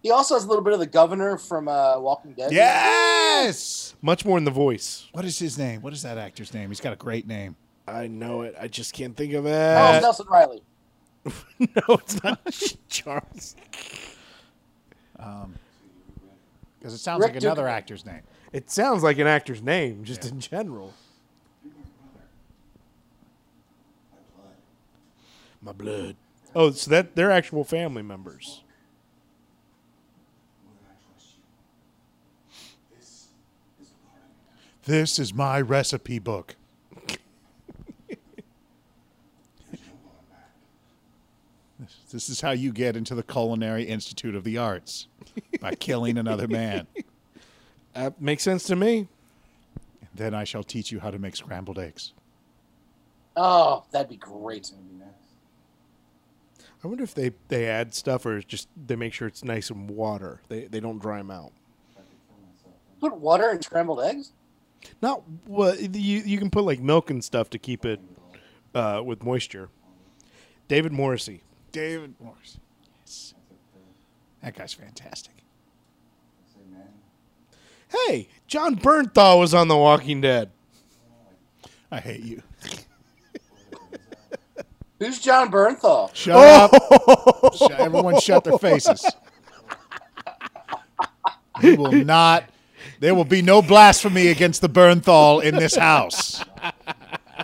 Speaker 3: He also has a little bit of the governor from uh, Walking Dead.
Speaker 1: yes.
Speaker 2: Much more in the voice.
Speaker 1: What is his name? What is that actor's name? He's got a great name.
Speaker 2: I know it. I just can't think of it.
Speaker 3: Oh, it's Nelson Riley.
Speaker 2: (laughs) no, it's not Charles.
Speaker 1: Because it sounds
Speaker 3: Rick
Speaker 1: like another
Speaker 3: Duke-
Speaker 1: actor's name.
Speaker 2: It sounds like an actor's name, just in general. My blood. Oh, so that they're actual family members.
Speaker 1: This is my recipe book. This- this is how you get into the Culinary Institute of the Arts by killing another man.
Speaker 2: That makes sense to me.
Speaker 1: Then I shall teach you how to make scrambled eggs.
Speaker 3: Oh, that'd be great.
Speaker 2: I wonder if they, they add stuff or it's just they make sure it's nice and water. They they don't dry them out.
Speaker 3: Put water and scrambled eggs.
Speaker 2: Not well. You you can put like milk and stuff to keep it uh, with moisture. David Morrissey.
Speaker 1: David Morse. Yes. That guy's fantastic.
Speaker 5: Say, man,
Speaker 2: Hey, John Bernthal was on The Walking Dead.
Speaker 1: I hate you.
Speaker 3: Who's John Bernthal?
Speaker 1: Shut
Speaker 2: Oh.
Speaker 1: up. Shut- everyone shut their faces. We will not, there will be no blasphemy against the Bernthal in this house.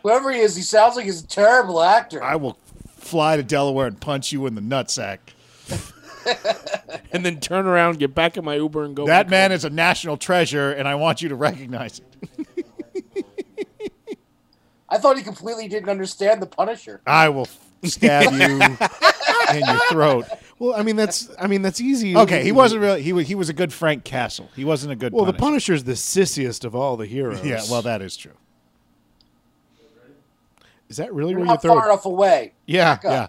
Speaker 3: Whoever he is, he sounds like he's a terrible actor.
Speaker 1: I will fly to Delaware and punch you in the nutsack.
Speaker 7: and then turn around, get back in my Uber, and go.
Speaker 1: That
Speaker 7: back
Speaker 1: man is a national treasure, and I want you to recognize it.
Speaker 3: I thought he completely didn't understand the Punisher.
Speaker 1: I will stab you in your throat.
Speaker 2: Well, I mean that's I mean that's easy.
Speaker 1: Okay, he wasn't really. He was. He was a good Frank Castle. He wasn't a good.
Speaker 2: Well, the
Speaker 1: Punisher.
Speaker 2: Punisher's the sissiest of all the heroes.
Speaker 1: Yeah, well, that is true.
Speaker 2: is that really
Speaker 3: You're
Speaker 2: where you
Speaker 3: not
Speaker 2: throw?
Speaker 3: far
Speaker 2: it?
Speaker 3: enough away.
Speaker 2: Yeah,
Speaker 1: Yeah.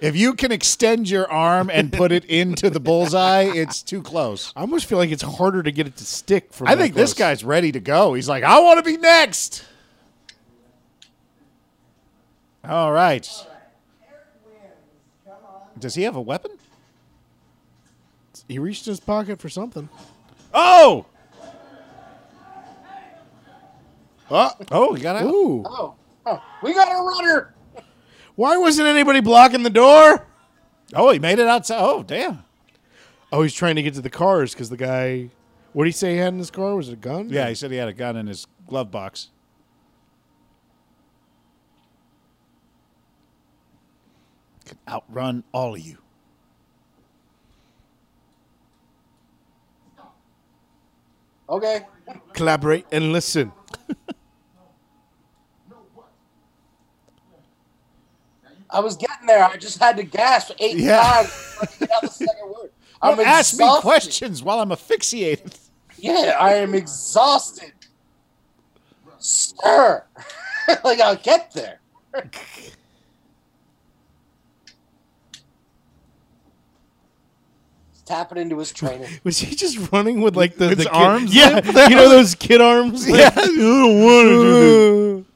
Speaker 1: If you can extend your arm and put it into the bullseye, (laughs) it's too close.
Speaker 2: I almost feel like it's harder to get it to stick. From
Speaker 1: I
Speaker 2: that
Speaker 1: think this
Speaker 2: close.
Speaker 1: guy's ready to go. He's like, I want to be next. All right. Does he have a weapon?
Speaker 2: he reached in his pocket for something.
Speaker 1: Oh! Oh, oh, he got out.
Speaker 2: Ooh,
Speaker 3: Oh, oh, we got a runner.
Speaker 2: why wasn't anybody blocking the door?
Speaker 1: Oh, he made it outside. Oh, damn.
Speaker 2: Oh, he's trying to get to the cars because the guy. What did he say he had in his car? Was it a gun?
Speaker 1: Yeah, he said he had a gun in his glove box. Can outrun all of you.
Speaker 3: Okay.
Speaker 2: Collaborate and listen.
Speaker 3: I was getting there. I just had to gasp eight
Speaker 1: Yeah.
Speaker 3: times (laughs) before I could get out the second word. I'm
Speaker 1: Don't ask me
Speaker 3: exhausted.
Speaker 1: questions while I'm asphyxiated. (laughs)
Speaker 3: Yeah, I am exhausted. Sir. (laughs) like, I'll get there. He's tapping into his training.
Speaker 2: Was he just running with like the,
Speaker 1: With
Speaker 2: the
Speaker 1: his
Speaker 2: kid-
Speaker 1: arms (laughs)
Speaker 2: Yeah, you know those kid arms. Yeah, (laughs)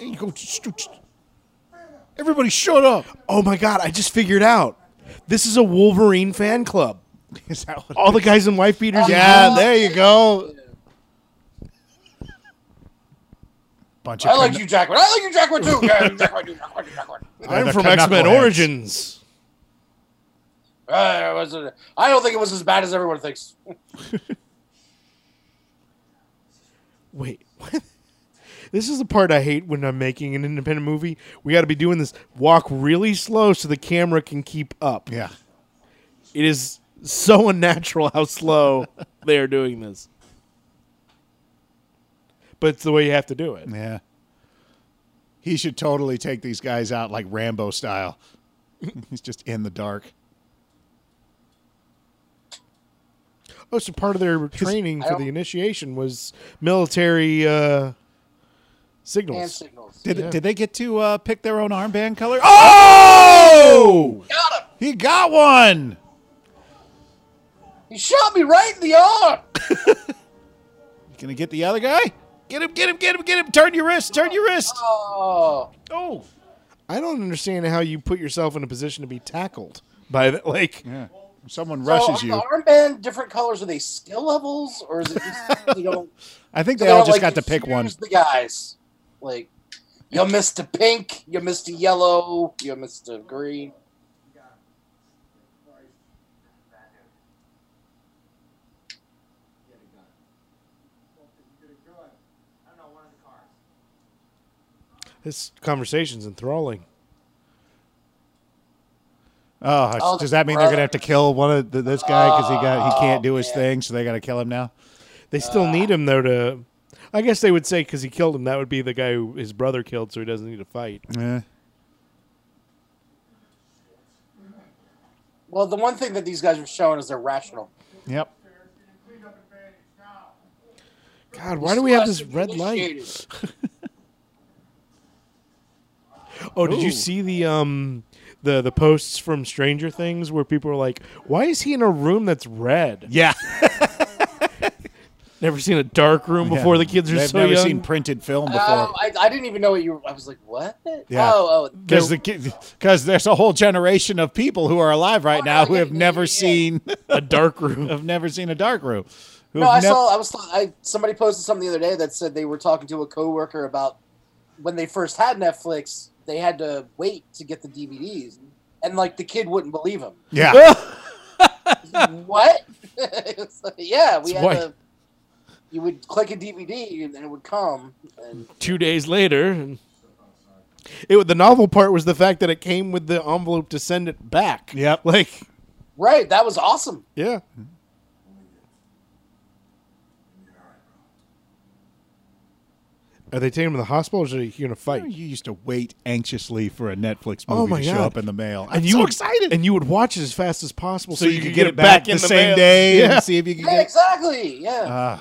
Speaker 1: You go, "Shh, shh, shh." Everybody shut up.
Speaker 2: Oh my god! I just figured out. This is a Wolverine fan club.
Speaker 1: Is that what
Speaker 2: All
Speaker 3: Oh,
Speaker 2: the guys in wife beaters.
Speaker 1: yeah, there you go. Bunch of
Speaker 3: I like
Speaker 1: cano-
Speaker 3: you, Jackman. I like you, Jackman, too. Yeah, Jackman, you, Jackman, you, Jackman.
Speaker 1: They're
Speaker 2: I'm
Speaker 1: the
Speaker 2: from X Men
Speaker 1: knuckleheads.
Speaker 2: Origins.
Speaker 3: Uh, it wasn't- I don't think it was as bad as everyone thinks.
Speaker 2: Wait, what? This is the part I hate when I'm making an independent movie. We got to be doing this walk really slow so the camera can keep up.
Speaker 1: Yeah.
Speaker 2: It is so unnatural how slow,
Speaker 7: They are doing this.
Speaker 2: but it's the way you have to do it.
Speaker 1: Yeah. He should totally take these guys out like Rambo style. (laughs) He's just in the dark.
Speaker 2: Oh, so part of their training
Speaker 3: I
Speaker 2: for the
Speaker 3: don't-
Speaker 2: initiation was military uh,
Speaker 3: Hand
Speaker 2: signals.
Speaker 3: signals.
Speaker 1: Did,
Speaker 2: Yeah.
Speaker 1: did they get to uh, pick their own armband color? Oh,
Speaker 2: Oh!
Speaker 3: Got him.
Speaker 1: he got one.
Speaker 3: He shot me right in the arm.
Speaker 1: Can he get the other guy? Get him, get him, get him, get him. Turn your wrist, turn your wrist.
Speaker 3: Oh.
Speaker 1: Oh.
Speaker 2: I don't understand how you put yourself in a position to be tackled by that. Like,
Speaker 1: Yeah. Someone
Speaker 3: So
Speaker 1: rushes
Speaker 3: on
Speaker 1: you.
Speaker 3: Oh, the armband, different colors. Are they skill levels, or is it
Speaker 1: (laughs)
Speaker 3: just they don't?
Speaker 1: I think
Speaker 3: so
Speaker 1: they all
Speaker 3: don't,
Speaker 1: just got
Speaker 3: like,
Speaker 1: to pick one.
Speaker 3: confuse The guys, like you missed a pink, you missed a yellow, you missed a green.
Speaker 2: this conversation's enthralling.
Speaker 1: Oh, hush.
Speaker 3: Oh,
Speaker 1: does
Speaker 3: the
Speaker 1: that mean they're gonna
Speaker 3: brother.
Speaker 1: have to kill one of th this guy because he got he can't do his
Speaker 3: man.
Speaker 1: thing, so they got to kill him now?
Speaker 2: They still need him though to. I guess they would say because he killed him. That would be the guy who his brother killed, so he doesn't need to fight.
Speaker 1: Yeah.
Speaker 3: Well, the one thing that these guys are showing is they're rational.
Speaker 1: Yep.
Speaker 2: God, why do we have this
Speaker 3: Plus,
Speaker 2: red light?
Speaker 3: initiated.
Speaker 2: Oh, did you
Speaker 1: Ooh.
Speaker 2: see the um the the posts from Stranger Things where people were like, "Why is he in a room that's red?" (laughs)
Speaker 1: Yeah.
Speaker 7: Never seen a dark room before. The kids are
Speaker 1: They've
Speaker 7: so
Speaker 1: never
Speaker 7: young.
Speaker 1: seen printed film (laughs) before.
Speaker 3: Oh, I, I didn't even know what you. I was like, what?
Speaker 1: Yeah.
Speaker 3: Oh, oh.
Speaker 1: because the because there's a whole generation of people who are alive right now who have never seen (laughs)
Speaker 7: a dark
Speaker 2: (laughs)
Speaker 7: room.
Speaker 1: have never seen a dark room. who
Speaker 3: No, I
Speaker 1: have nev-
Speaker 3: saw. I was. I somebody posted something the other day that said they were talking to a coworker about when they first had Netflix. They had to wait to get the DVDs, and like the kid wouldn't believe him.
Speaker 1: Yeah,
Speaker 3: (laughs) what? (laughs) It's like, yeah, we
Speaker 1: It's
Speaker 3: had
Speaker 1: white.
Speaker 3: to. You would click a DVD and it would come. And
Speaker 7: Two days later, and
Speaker 2: It wa- the novel part was the fact that it came with the envelope to send it back.
Speaker 1: Yep.
Speaker 2: Like,
Speaker 3: Right, that was awesome.
Speaker 2: yeah. Are they taking him to the hospital or are you going to fight?
Speaker 1: You used to wait anxiously for a Netflix movie
Speaker 2: Oh my
Speaker 1: to show
Speaker 2: God.
Speaker 1: up in the mail. I'm
Speaker 2: and you
Speaker 1: so
Speaker 2: would-
Speaker 1: excited.
Speaker 2: And you would watch it as fast as possible
Speaker 1: so, you could get, it back, the,
Speaker 2: in
Speaker 1: same
Speaker 2: mail.
Speaker 1: day
Speaker 2: Yeah.
Speaker 1: and see if you could
Speaker 3: Yeah,
Speaker 1: get it.
Speaker 3: exactly. Yeah.
Speaker 1: Uh,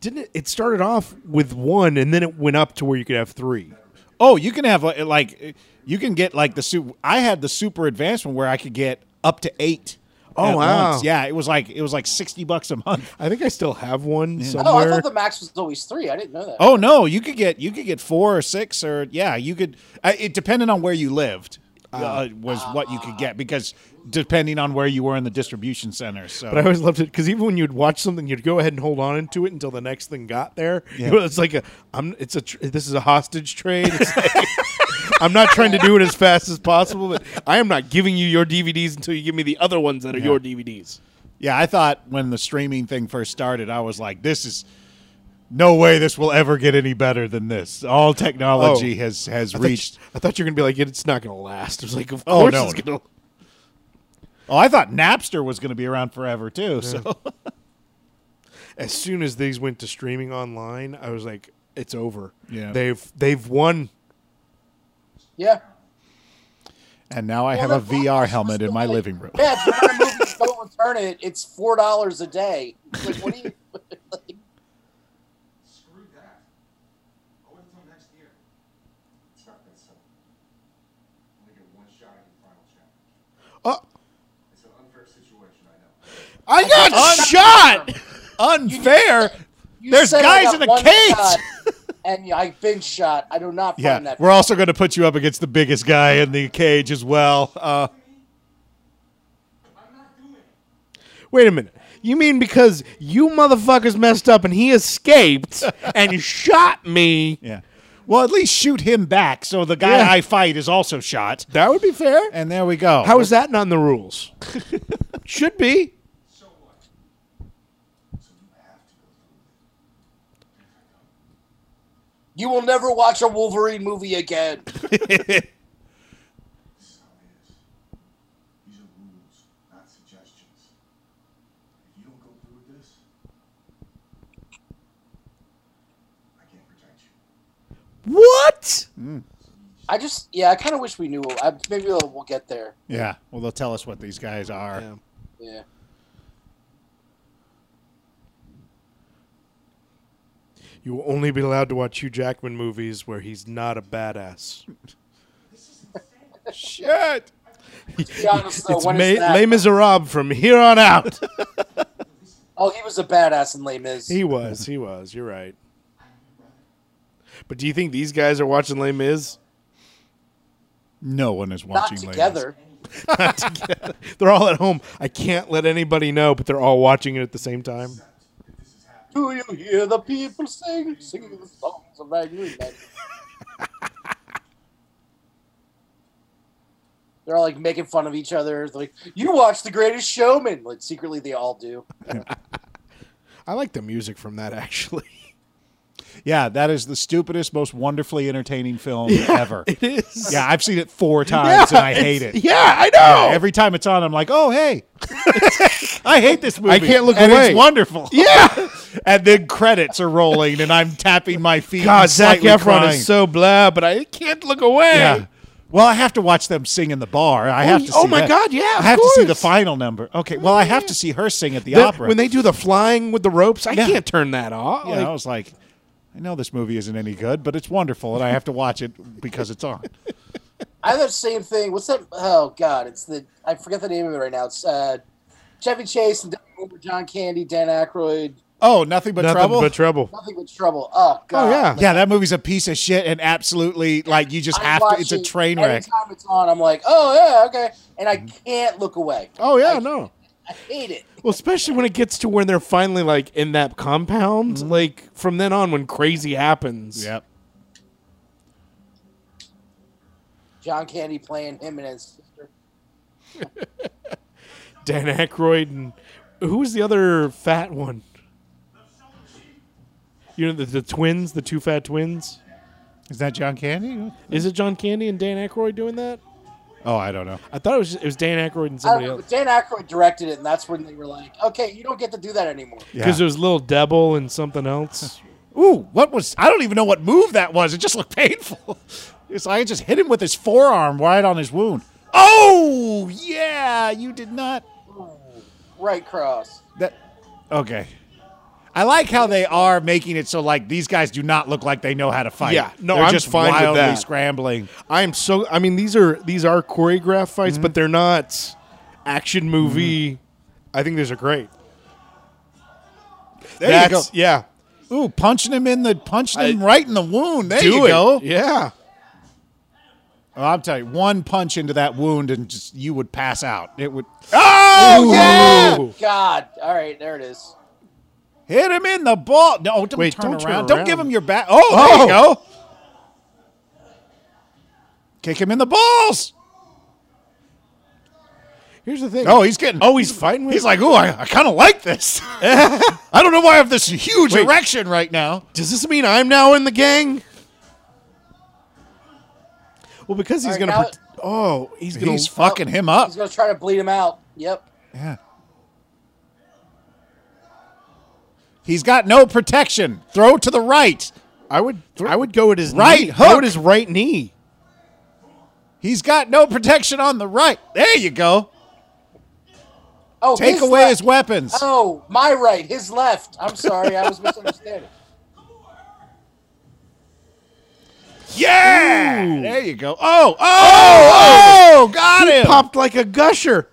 Speaker 2: Didn't it, it started off with one and then it went up to where you could have three.
Speaker 1: Oh, you can have uh, like uh, you can get like the super. I had the super advanced one where I could get up to eight.
Speaker 2: Oh,
Speaker 1: at
Speaker 2: wow.
Speaker 1: once. Yeah, it was like it was like sixty bucks a month.
Speaker 2: I think I still have one somewhere.
Speaker 3: oh, I thought the max was always three. I didn't know that.
Speaker 1: Oh no, you could get you could get four or six or yeah, you could. Uh, it depended on where you lived. Uh, was what you could get because depending on where you were in the distribution center. So
Speaker 2: But I always loved it because even when you'd watch something, you'd go ahead and hold on to it until the next thing got there.
Speaker 1: Yeah.
Speaker 2: It was like a, I'm, it's a, tr- this is a hostage trade. It's like- (laughs) I'm not trying to do it as fast as possible, but I am not giving you your DVDs until you give me the other ones that are your DVDs.
Speaker 1: Yeah, I thought when the streaming thing first started, I was like, this is no way this will ever get any better than this. All technology
Speaker 2: Oh.
Speaker 1: has has
Speaker 2: I thought you-
Speaker 1: reached.
Speaker 2: I thought you were gonna be like, it's not gonna last. It was like, of
Speaker 1: Oh,
Speaker 2: course
Speaker 1: no,
Speaker 2: it's
Speaker 1: no.
Speaker 2: gonna.
Speaker 1: Oh, I thought Napster was going to be around forever too. So (laughs)
Speaker 2: As soon as these went to streaming online, I was like, it's over.
Speaker 1: Yeah.
Speaker 2: they've they've won.
Speaker 3: Yeah.
Speaker 1: and now I have
Speaker 3: Well,
Speaker 1: a
Speaker 3: the box
Speaker 1: VR
Speaker 3: was
Speaker 1: helmet in
Speaker 3: still
Speaker 1: my
Speaker 3: like-
Speaker 1: living room.
Speaker 3: Yeah, if you want to move it, don't return it. It's four dollars a day. It's Like, what do you? (laughs) like,
Speaker 5: Screw that. I'll wait until next year. It's not that simple. Only get one shot at your final challenge.
Speaker 2: Oh,
Speaker 5: It's an unfair situation, I know.
Speaker 2: I got shot.
Speaker 1: Unfair.
Speaker 3: you
Speaker 1: There's
Speaker 3: said I
Speaker 1: guys
Speaker 3: got
Speaker 1: in a
Speaker 3: one
Speaker 1: cage.
Speaker 3: shot, and I've been shot. I do not find
Speaker 1: Yeah,
Speaker 3: that.
Speaker 1: we're also going to put you up against the biggest guy in the cage as well. Uh,
Speaker 2: Wait a minute. You mean because you motherfuckers messed up and he (laughs) escaped and shot me?
Speaker 1: yeah. Well, at least shoot him back so the guy
Speaker 2: Yeah.
Speaker 1: I fight is also shot.
Speaker 2: That would be fair.
Speaker 1: And there we go.
Speaker 2: How is that not in the rules? (laughs) Should be.
Speaker 5: So what? So you have to go through with it.
Speaker 3: You will never watch a Wolverine movie again.
Speaker 5: This is how it is. These are rules, not suggestions. If you don't go through with this, I can't protect you.
Speaker 2: What?
Speaker 3: I just, yeah, I kind of wish we knew. I, maybe we'll, we'll get there.
Speaker 1: Yeah. Well, they'll tell us what these guys are.
Speaker 2: Yeah.
Speaker 3: Yeah.
Speaker 2: You will only be allowed to watch Hugh Jackman movies where he's not a badass.
Speaker 1: Shit.
Speaker 3: To be honest, though,
Speaker 2: it's
Speaker 3: when
Speaker 2: May-
Speaker 3: is that?
Speaker 2: Les Miserables from here on out. (laughs)
Speaker 3: oh, he was a badass in Les Mis.
Speaker 2: he was. He was. You're right. But do you think these guys are watching Les Mis? (laughs)
Speaker 1: No one is
Speaker 3: not
Speaker 1: watching. ladies.
Speaker 3: together.
Speaker 2: They're all at home. I can't let anybody know, but they're all watching it at the same time.
Speaker 3: Do you hear the people sing, singing the songs of angry men?
Speaker 2: (laughs)
Speaker 3: They're all like making fun of each other. They're like, you watch The Greatest Showman. Like secretly, they all do.
Speaker 2: I like the music from that actually. (laughs)
Speaker 1: Yeah, that is the stupidest, most wonderfully entertaining film
Speaker 2: (laughs)
Speaker 1: ever.
Speaker 2: It is.
Speaker 1: Yeah, I've seen it four times and I
Speaker 2: it's-
Speaker 1: hate it.
Speaker 2: Yeah, I know.
Speaker 1: Yeah, every time it's on, I'm like, oh hey, (laughs) I hate this movie.
Speaker 2: I can't look
Speaker 1: and
Speaker 2: away.
Speaker 1: It's wonderful.
Speaker 2: (laughs) yeah.
Speaker 1: and then credits are rolling, and I'm tapping my feet.
Speaker 2: God,
Speaker 1: and
Speaker 2: Zach
Speaker 1: slightly
Speaker 2: Efron
Speaker 1: crying.
Speaker 2: is so blah, but I can't look away.
Speaker 1: Yeah. Well, I have to watch them sing in the bar. I have to.
Speaker 2: oh
Speaker 1: see
Speaker 2: my
Speaker 1: that.
Speaker 2: God, yeah,
Speaker 1: I
Speaker 2: of
Speaker 1: have to see the
Speaker 2: course.
Speaker 1: final number. Okay. Well, I have to see her sing at the
Speaker 2: The-
Speaker 1: opera.
Speaker 2: When they do the flying with the ropes, I
Speaker 1: Yeah.
Speaker 2: can't turn that off.
Speaker 1: you
Speaker 2: Like,
Speaker 1: know, I was like, I know this movie isn't any good, but it's wonderful, and I have to watch it because it's on.
Speaker 3: I have that same thing. What's that? Oh God, it's the I forget the name of it right now. It's uh, Chevy Chase and Donald Glover, John Candy, Dan Aykroyd.
Speaker 1: Oh, nothing but
Speaker 2: nothing
Speaker 1: trouble.
Speaker 2: but trouble.
Speaker 3: Nothing but trouble. Oh God.
Speaker 2: yeah.
Speaker 1: yeah, that movie's a piece of shit and absolutely like you just
Speaker 3: I
Speaker 1: have to.
Speaker 3: watch
Speaker 1: It's a
Speaker 3: it
Speaker 1: train wreck. Mm-hmm.
Speaker 3: Anytime it's on, I'm like, oh yeah, okay, and I can't look away.
Speaker 2: Oh yeah,
Speaker 3: I-
Speaker 2: no.
Speaker 3: I hate it.
Speaker 2: Well, especially when it gets to when they're finally like in that compound, like from then on when crazy happens.
Speaker 1: Mm-hmm. Yep.
Speaker 3: John Candy playing him and his sister.
Speaker 2: Dan Aykroyd and who was the other fat one? You know the, the twins, the two fat twins.
Speaker 1: Is that John Candy?
Speaker 7: Is it John Candy and Dan Aykroyd doing that?
Speaker 1: Oh, I don't know.
Speaker 7: I thought it was it was Dan Aykroyd and
Speaker 3: I don't
Speaker 7: somebody
Speaker 3: know,
Speaker 7: else
Speaker 3: but Dan Aykroyd directed it, and that's when they were like, "Okay, you don't get to do that anymore."
Speaker 1: Yeah.
Speaker 7: because it was Little Devil and something else.
Speaker 1: Ooh, what was? I don't even know what move that was. It just looked (laughs) painful. It's like I just hit him with his forearm right on his wound. Oh yeah, you did not.
Speaker 3: Right cross.
Speaker 1: That okay. I like how they are making it so like these guys do not look like they know how to fight.
Speaker 2: Yeah, no,
Speaker 1: They're
Speaker 2: I'm
Speaker 1: just
Speaker 2: fine with
Speaker 1: wildly
Speaker 2: that.
Speaker 1: scrambling.
Speaker 2: I'm so. I mean, these are these are choreographed fights, but they're not action movie. I think these are great.
Speaker 1: There
Speaker 2: That's- Yeah,
Speaker 1: you go. Ooh, punching him in the punching him right in the wound. There
Speaker 2: do
Speaker 1: you
Speaker 2: it.
Speaker 1: go.
Speaker 2: Yeah,
Speaker 1: Oh, I'm telling you, one punch into that wound and just you would pass out. It would
Speaker 2: Oh
Speaker 1: yeah!
Speaker 3: God. All right, there it is.
Speaker 1: hit him in the ball. No, don't
Speaker 2: Wait,
Speaker 1: turn,
Speaker 2: don't turn
Speaker 1: around. Don't give
Speaker 2: around.
Speaker 1: him your back. Oh, there you go. Kick him in the balls.
Speaker 2: Here's the thing.
Speaker 1: Oh, he's getting.
Speaker 2: Oh, he's fighting with-
Speaker 1: He's like, oh, I, I kind of like
Speaker 2: (laughs)
Speaker 1: this. I don't know why I have this huge
Speaker 2: Wait.
Speaker 1: erection right now.
Speaker 2: does this mean I'm now in the gang? Well, because he's
Speaker 3: All right,
Speaker 2: gonna.
Speaker 3: now
Speaker 2: pret- oh, he's gonna.
Speaker 1: He's fucking him up.
Speaker 3: He's gonna try to bleed him out. Yep.
Speaker 1: Yeah. He's got no protection. Throw to the right.
Speaker 2: I would. I would go at his
Speaker 1: Right
Speaker 2: knee. I
Speaker 1: hook.
Speaker 2: would his right knee.
Speaker 1: He's got no protection on the right. There you go.
Speaker 3: Oh,
Speaker 1: Take
Speaker 3: his
Speaker 1: away
Speaker 3: left.
Speaker 1: his weapons.
Speaker 3: Oh, my right, his left. I'm sorry, I was misunderstanding. (laughs)
Speaker 1: Yeah.
Speaker 2: Ooh.
Speaker 1: There you go. Oh, oh, oh, got him.
Speaker 2: Popped like a gusher.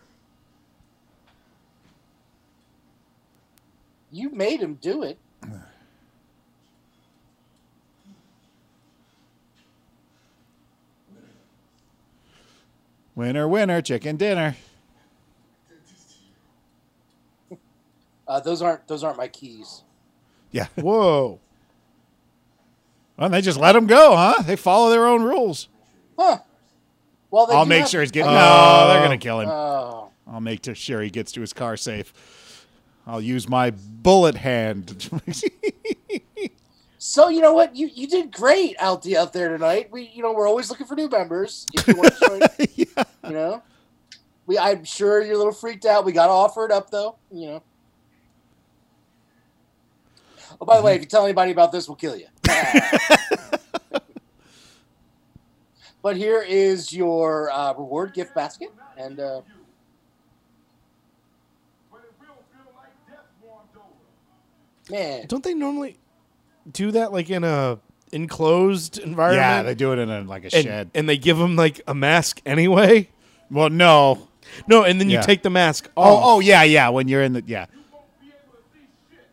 Speaker 3: You made him do it.
Speaker 1: Winner, winner, chicken dinner.
Speaker 3: Uh, those aren't those aren't my keys.
Speaker 1: (laughs) Yeah.
Speaker 2: Whoa.
Speaker 1: Well, they just let him go, huh? They follow their own rules.
Speaker 3: Huh. Well, they
Speaker 1: I'll
Speaker 3: do
Speaker 1: make
Speaker 3: have-
Speaker 1: sure he's getting. no, they're gonna kill him.
Speaker 3: Oh,
Speaker 1: I'll make t- sure he gets to his car safe. I'll use my bullet hand. (laughs)
Speaker 3: so you know what? You you did great out the out there tonight. We you know we're always looking for new members. If you want to join, you know, we I'm sure you're a little freaked out. We got offered up though. You know. Oh, by the way, if you tell anybody about this, we'll kill you. but here is your uh, reward gift basket, and uh,
Speaker 5: But it will feel like death warmed over.
Speaker 3: man,
Speaker 2: Don't they normally do that like in a enclosed environment?
Speaker 1: yeah, they do it in a, like a
Speaker 2: and,
Speaker 1: shed.
Speaker 2: and they give them like a mask anyway.
Speaker 1: well, no.
Speaker 2: No, and then
Speaker 1: Yeah.
Speaker 2: you take the mask
Speaker 1: Oh,
Speaker 2: off.
Speaker 1: oh, yeah, yeah. When you're in the yeah,
Speaker 5: Be able to see shit.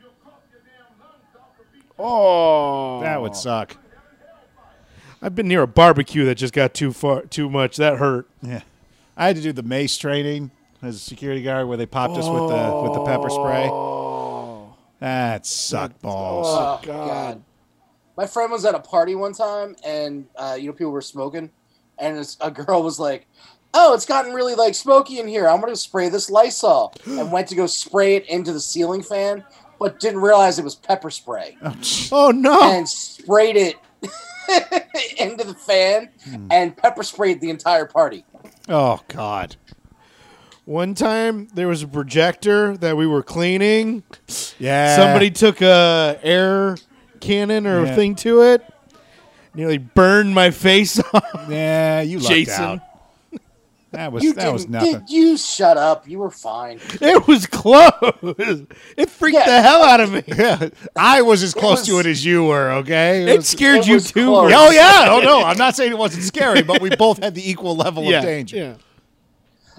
Speaker 5: You'll cough your damn lungs off the beat.
Speaker 2: Oh,
Speaker 1: that would suck.
Speaker 2: I've been near a barbecue that just got too far, too much. That hurt.
Speaker 1: Yeah, I had to do the mace training as a security guard where they popped us with the with the pepper spray. That sucked balls.
Speaker 3: Oh, God. My friend was at a party one time, and uh, you know people were smoking, and this, a girl was like, "Oh, it's gotten really like smoky in here. I'm gonna spray this (gasps) Lysol," and went to go spray it into the ceiling fan, but didn't realize it was pepper (laughs) spray,
Speaker 2: (laughs) Oh no!
Speaker 3: and sprayed it (laughs) into the fan, and pepper sprayed the entire party.
Speaker 1: Oh God.
Speaker 2: One time there was a projector that we were cleaning.
Speaker 1: Yeah.
Speaker 2: Somebody took a air cannon or
Speaker 1: Yeah.
Speaker 2: a thing to it. Nearly burned my face (laughs) off.
Speaker 1: Yeah, you lucked
Speaker 2: Jason.
Speaker 1: out. That was
Speaker 3: You
Speaker 1: that was
Speaker 3: didn't-
Speaker 1: nothing.
Speaker 3: Did you shut up? You were fine.
Speaker 2: It was close. It freaked
Speaker 3: Yeah.
Speaker 2: the hell out of me.
Speaker 1: Yeah, (laughs) I was as close to
Speaker 3: was-
Speaker 1: it as you were. Okay.
Speaker 2: It scared
Speaker 3: it
Speaker 2: you
Speaker 3: was
Speaker 2: too.
Speaker 1: (laughs)
Speaker 3: close.
Speaker 1: Oh
Speaker 2: (laughs)
Speaker 1: yeah. Oh no. I'm not saying it wasn't scary, but we both had the equal level
Speaker 2: Yeah,
Speaker 1: of danger.
Speaker 2: yeah.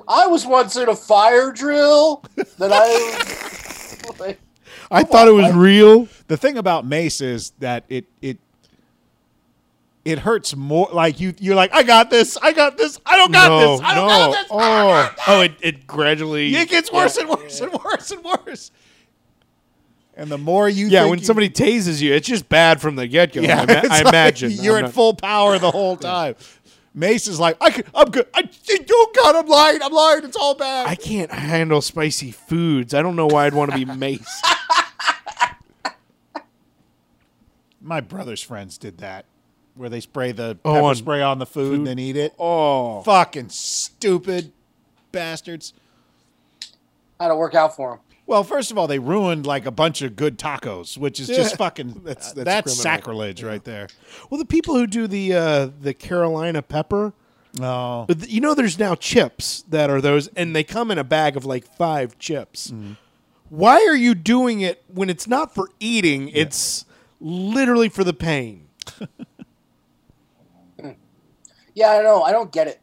Speaker 3: I was once in a fire drill that I. (laughs) like,
Speaker 2: I thought it
Speaker 3: Oh,
Speaker 2: was real.
Speaker 1: The thing about mace is that it it it hurts more. Like you you're like I got this. I got this. I don't got this. I don't got this.
Speaker 2: Oh, oh, it, it gradually.
Speaker 1: It gets worse and worse and worse and worse. And the more you
Speaker 2: yeah,
Speaker 1: think
Speaker 2: when
Speaker 1: you- (laughs)
Speaker 2: somebody tases you, it's just bad from the get go. I, ma-
Speaker 1: it's
Speaker 2: I
Speaker 1: like
Speaker 2: imagine
Speaker 1: (laughs) you're
Speaker 2: I'm
Speaker 1: at
Speaker 2: not-
Speaker 1: full power the whole time. Mace is like, I could, I'm good. I, oh God, I'm lying. I'm lying. It's all bad.
Speaker 2: I can't handle spicy foods. I don't know why I'd want to be maced.
Speaker 1: My brother's friends did that. where they spray the
Speaker 2: Oh,
Speaker 1: pepper
Speaker 2: on
Speaker 1: spray on the food, and then eat it.
Speaker 2: Oh,
Speaker 1: Fucking stupid bastards.
Speaker 3: How'd it work out for him?
Speaker 1: Well, first of all, they ruined like a bunch of good tacos, which is
Speaker 2: (laughs) Yeah.
Speaker 1: just fucking that's,
Speaker 2: That's- that's
Speaker 1: that's,
Speaker 2: criminal.
Speaker 1: sacrilege right there.
Speaker 2: well, the people who do the uh, the Carolina pepper,
Speaker 1: No.
Speaker 2: but th- you know, there's now chips that are those, and they come in a bag of like five chips. Why are you doing it when it's not for eating? It's literally for the pain.
Speaker 3: Yeah, I don't know. I don't get it.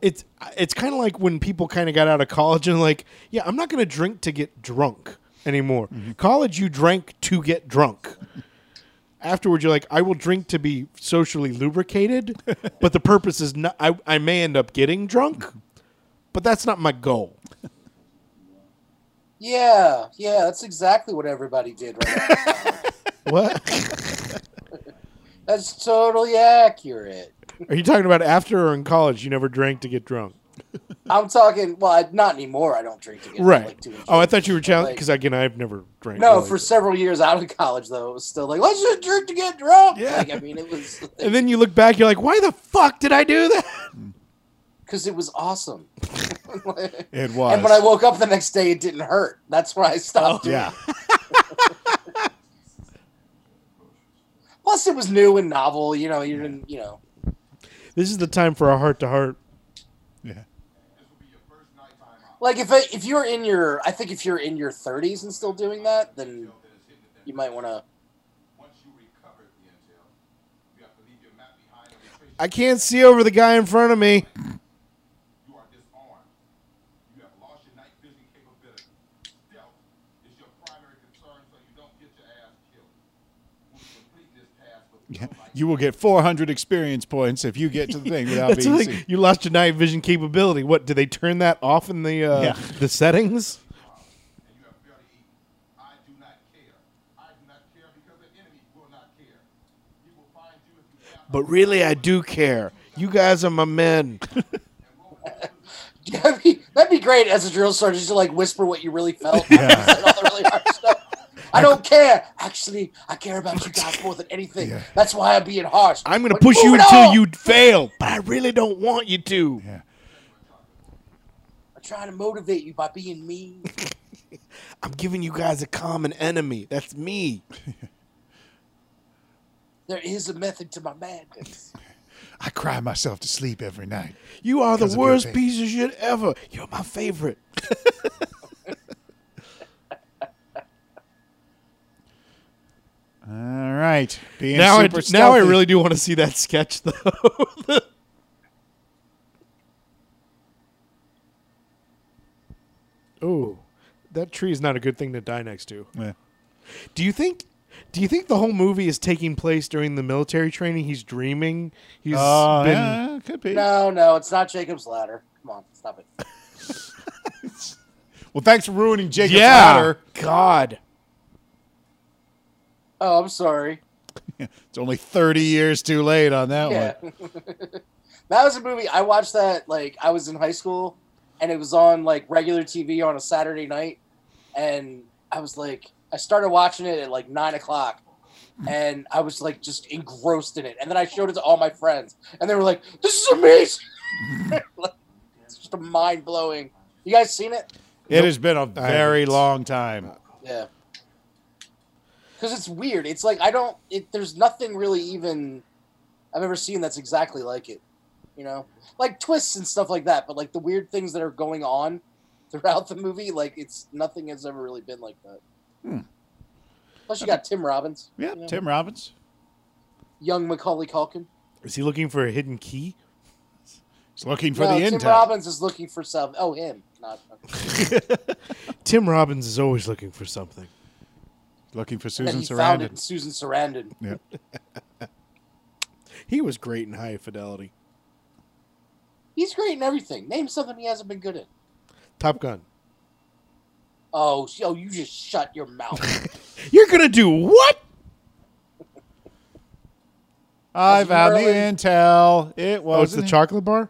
Speaker 2: It's it's kind of like when people kind of got out of college and like, yeah, I'm not going to drink to get drunk anymore. College, you drank to get drunk. Afterward, you're like, I will drink to be socially (laughs) lubricated, but the purpose is not. I, I may end up getting drunk, but that's not my goal.
Speaker 3: Yeah, yeah, that's exactly what everybody did right now.
Speaker 2: (laughs) What
Speaker 3: That's totally accurate.
Speaker 2: (laughs) are you talking about? After or in college, you never drank to get drunk,
Speaker 3: I'm talking. Well, I- not anymore. I don't drink again. I
Speaker 2: right?
Speaker 3: like to enjoy
Speaker 2: oh, I thought you were
Speaker 3: it,
Speaker 2: challenging
Speaker 3: like-
Speaker 2: because again, I've never drank.
Speaker 3: no,
Speaker 2: really.
Speaker 3: for several years out of college though, it was still like let's just drink to get drunk.
Speaker 2: Yeah.
Speaker 3: Like I mean, it was
Speaker 2: (laughs) and then you look back, you're like, why the fuck did I do that?
Speaker 3: because it was
Speaker 2: (laughs)
Speaker 3: awesome.
Speaker 1: It was.
Speaker 3: And when I woke up the next day, it didn't hurt. That's when I stopped.
Speaker 2: Oh,
Speaker 3: doing
Speaker 1: yeah.
Speaker 3: it. (laughs) Plus, it was new and novel. You know, you didn't. You know.
Speaker 2: This is the time for a heart to heart.
Speaker 1: yeah.
Speaker 5: This will be your first night time out.
Speaker 3: Like if I- if you're in your, I think if you're in your 30s and still doing that, then
Speaker 5: That is hidden at that.
Speaker 3: you might want to.
Speaker 5: Once you recover the intel, you have to leave your map behind and retrace.
Speaker 2: I can't see over the guy in front of me.
Speaker 5: You are disarmed. You have lost your night vision capability. Stealth is your primary concern, so you don't get your ass killed. When you complete this task with no light,
Speaker 1: You will get 400 experience points if you get to the
Speaker 2: (laughs)
Speaker 1: thing without
Speaker 2: That's the
Speaker 1: being
Speaker 2: thing.
Speaker 1: seen.
Speaker 2: You lost your night vision capability. What did they turn that off in the uh,
Speaker 1: Yeah.
Speaker 2: the settings?
Speaker 5: and you have barely eaten. I do not care. I do not care because the enemy will not care. He will find you if you have
Speaker 2: But really, I do care. You guys are
Speaker 1: (laughs)
Speaker 2: my men.
Speaker 3: (laughs) That'd be, that'd be great as a drill sergeant just to like whisper what you really felt. after you (laughs) said all the really hard stuff. I don't care. Actually, I care about you guys more than anything. That's why I'm being harsh.
Speaker 2: I'm gonna
Speaker 3: But
Speaker 2: push you
Speaker 3: move it
Speaker 2: until
Speaker 3: on.
Speaker 2: you fail, but I really don't want you to.
Speaker 3: I'm trying to motivate you by being mean.
Speaker 2: I'm giving you guys a common enemy.
Speaker 1: (laughs)
Speaker 2: That's me.
Speaker 3: There is a method to my madness.
Speaker 1: I cry myself to sleep every night.
Speaker 2: You are the
Speaker 1: Because of your
Speaker 2: worst
Speaker 1: pain.
Speaker 2: piece of shit ever. You're my favorite.
Speaker 1: All right. Being
Speaker 2: now, I,
Speaker 1: super
Speaker 2: now I
Speaker 1: stealthy.
Speaker 2: really do want to see that sketch though. (laughs) oh, that tree is not a good thing to die next to.
Speaker 1: Yeah.
Speaker 2: Do you think? Do you think the whole movie is taking place during the military training? He's dreaming. He's
Speaker 1: Uh,
Speaker 2: been.
Speaker 1: yeah, could be.
Speaker 3: No, no, it's not Jacob's ladder. Come on, stop it.
Speaker 1: Well, thanks for ruining Jacob's
Speaker 2: Yeah.
Speaker 1: ladder.
Speaker 2: God.
Speaker 3: Oh, I'm sorry.
Speaker 1: It's only 30 years too late on that
Speaker 3: Yeah.
Speaker 1: one.
Speaker 3: (laughs) that was a movie I watched that like I was in high school and it was on like regular TV on a Saturday night and I was like I started watching it at like nine o'clock and I was like just engrossed in it and then I showed it to all my friends and they were like this is amazing (laughs) Like, it's just a mind blowing you guys seen it
Speaker 1: It has been a very long
Speaker 2: Uh,
Speaker 1: time.
Speaker 3: yeah because it's weird it's like I don't it there's nothing really even I've ever seen that's exactly like it you know like twists and stuff like that but like the weird things that are going on (laughs) throughout the movie like it's nothing has ever really been like that
Speaker 1: Hmm.
Speaker 3: plus you got tim robbins
Speaker 1: Yeah,
Speaker 3: you know,
Speaker 1: Tim Robbins.
Speaker 3: young macaulay culkin
Speaker 2: Is he looking for a hidden key?
Speaker 1: He's looking for
Speaker 3: no,
Speaker 1: the
Speaker 3: tim
Speaker 1: intel.
Speaker 3: robbins is looking for some oh him not
Speaker 2: Tim Robbins is always looking for something.
Speaker 1: Looking for
Speaker 3: (laughs) and then
Speaker 1: Susan
Speaker 3: he found it in
Speaker 1: Sarandon.
Speaker 3: susan sarandon
Speaker 1: Yeah.
Speaker 2: He was great in High Fidelity.
Speaker 3: he's great in everything name something he hasn't been good in
Speaker 2: Top Gun.
Speaker 3: oh sh- oh you just shut your mouth
Speaker 2: You're gonna do what?
Speaker 1: I
Speaker 3: That's
Speaker 1: found the
Speaker 3: Merlin.
Speaker 1: intel. It was
Speaker 2: Oh, it's the chocolate bar.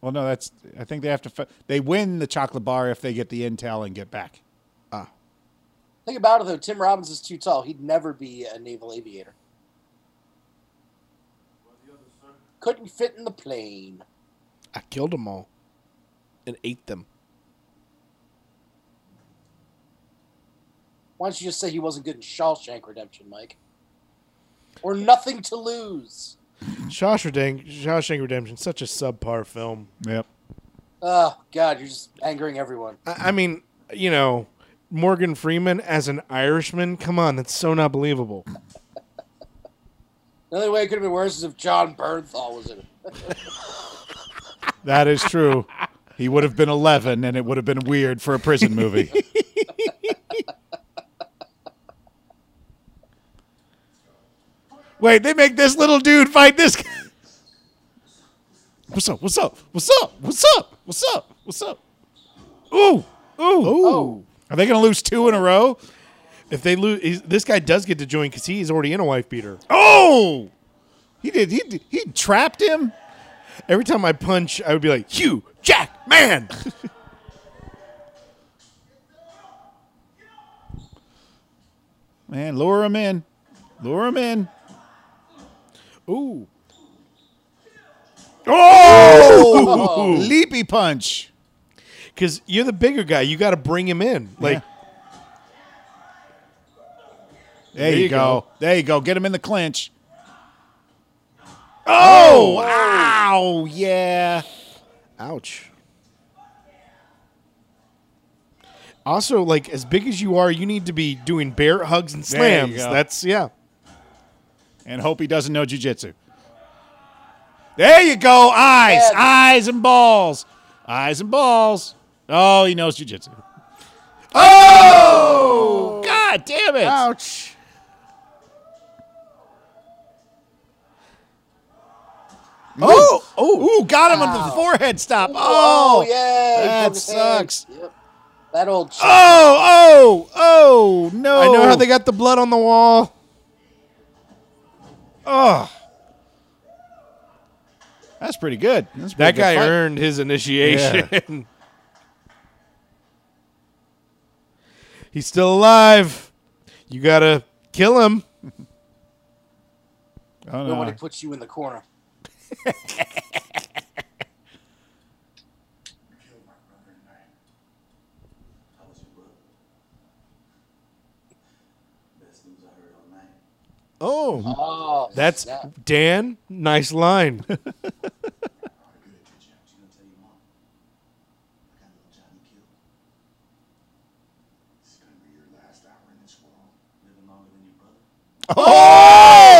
Speaker 1: Well, no, that's. I think they have to. fi- They win the chocolate bar if they get the intel and get back.
Speaker 3: Think about it though. Tim Robbins is too tall. He'd never be a naval aviator. Couldn't fit in the plane.
Speaker 2: I killed them all and ate them.
Speaker 3: Why don't you just say he wasn't good in Shawshank Redemption, Mike? Or nothing to lose.
Speaker 2: Shawshank, Shawshank Redemption, such a subpar film.
Speaker 1: Yep.
Speaker 3: Oh God, you're just angering everyone.
Speaker 2: I, I mean, you know, Morgan Freeman as an Irishman. Come on, that's so not believable.
Speaker 3: The only way it could have been worse is if John Bernthal was in it.
Speaker 1: That is true. He would have been 11, and it would have been weird for a prison
Speaker 3: (laughs)
Speaker 1: movie. Wait, they make this little dude fight this guy. What's up? What's up? What's up? What's up? What's up? What's up? Ooh, ooh,
Speaker 2: Ooh.
Speaker 1: Are they going to lose two in a row?
Speaker 2: If they lose, this guy does get to join because he's already in a wife beater.
Speaker 1: Oh, he did. He did- he trapped him.
Speaker 2: Every time I punch, I would be like, "You, Jack, man."
Speaker 1: Man, lure him in. Lure him in.
Speaker 2: (laughs) Ooh,
Speaker 1: Oh, (laughs) leapy punch.
Speaker 2: because you're the bigger guy. You got to bring him in. Like,
Speaker 1: There, you,
Speaker 2: you
Speaker 1: go.
Speaker 2: go.
Speaker 1: There you go. Get him in the clinch. Oh, wow. Yeah.
Speaker 2: ouch. Also, like, as big as you are, you need to be doing bear hugs and
Speaker 1: There you
Speaker 2: slams.
Speaker 1: go.
Speaker 2: That's yeah.
Speaker 1: And hope he doesn't know jujitsu. There you go. Eyes,
Speaker 3: Yeah.
Speaker 1: eyes, and balls. Eyes and balls. Oh, he knows jujitsu. Oh! God damn it.
Speaker 2: Ouch.
Speaker 1: Oh, oh, ooh, got him on the forehead stop. (laughs) Oh,
Speaker 3: Oh, yeah,
Speaker 1: that
Speaker 3: broke his hand.
Speaker 1: sucks. Ah!
Speaker 3: Yep. That old. shit.
Speaker 1: Oh, oh, oh, no.
Speaker 2: I know how they got the blood on the wall.
Speaker 1: That's pretty good. That's a
Speaker 2: That
Speaker 1: pretty good
Speaker 2: guy
Speaker 1: fight.
Speaker 2: earned his initiation. (laughs) He's still alive. You gotta kill him.
Speaker 1: Oh, no.
Speaker 3: Nobody puts you in the corner.
Speaker 6: How was your brother? Best news I heard all night.
Speaker 2: Oh,
Speaker 3: Oh,
Speaker 2: that's
Speaker 3: snap.
Speaker 2: Dan. Nice line.
Speaker 6: Good at your job. You gonna tell your mom? I got little Johnny killed. This is gonna be your last hour in this world. Living longer than your brother.
Speaker 1: (laughs)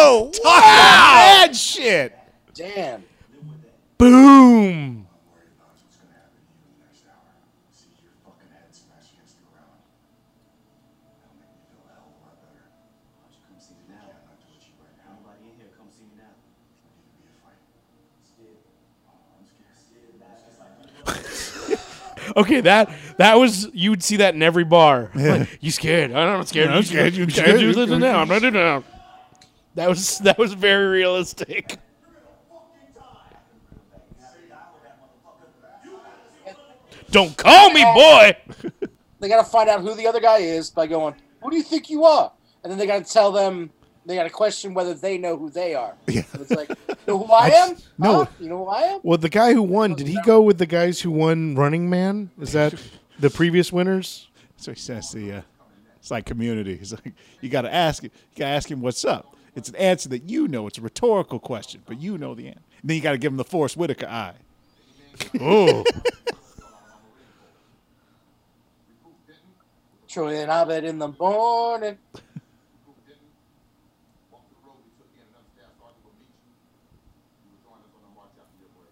Speaker 1: Oh, wow. that shit.
Speaker 3: damn.
Speaker 2: Boom.
Speaker 6: Why don't you come see me now? I'm not with you right now. Nobody in here. Come see me now. I need to be a fight. Scared. Oh, I'm scared. Scared. That's just like you.
Speaker 7: Okay, that that was you would see that in every bar. Like, you scared? I don't, I'm scared.
Speaker 1: I'm
Speaker 7: You
Speaker 1: scared. You
Speaker 7: You
Speaker 1: scared.
Speaker 7: scared? You listen now. I'm not doing now. That was that was very realistic. Don't call me boy.
Speaker 3: They got to find out who the other guy is by going, "Who do you think you are?" And then they got to tell them. They got to question whether they know who they are. Yeah. It's like, know who I am?
Speaker 2: No.
Speaker 3: Huh? You know who I am?
Speaker 2: Well, the guy who won, did he go with the guys who won Running Man? Is that the previous winners?
Speaker 1: So he says the, uh, it's like community. He's like, you got to ask it. You got to ask him what's up. It's an answer that you know. It's a rhetorical question, but you know the answer. And then you got to give him the Forrest Whitaker (laughs) eye.
Speaker 2: Oh,
Speaker 3: Troy and Abed in the morning.
Speaker 5: Walked the road we took in another staff sergeant would meet you. You were throwing us on the march after your boy.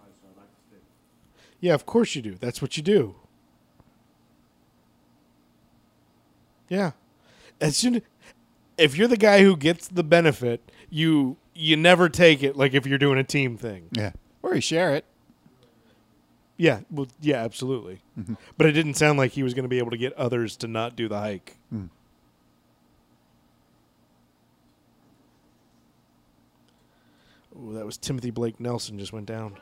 Speaker 6: Right, so I'd like to stay.
Speaker 2: yeah, of course you do. That's what you do. Yeah. As soon if you're the guy who gets the benefit, you you never take it like if you're doing a team thing.
Speaker 1: Yeah. Or he share it.
Speaker 2: Yeah, well, yeah, absolutely. But it didn't sound like he was going to be able to get others to not do the hike. Oh, that was Timothy Blake Nelson just went down.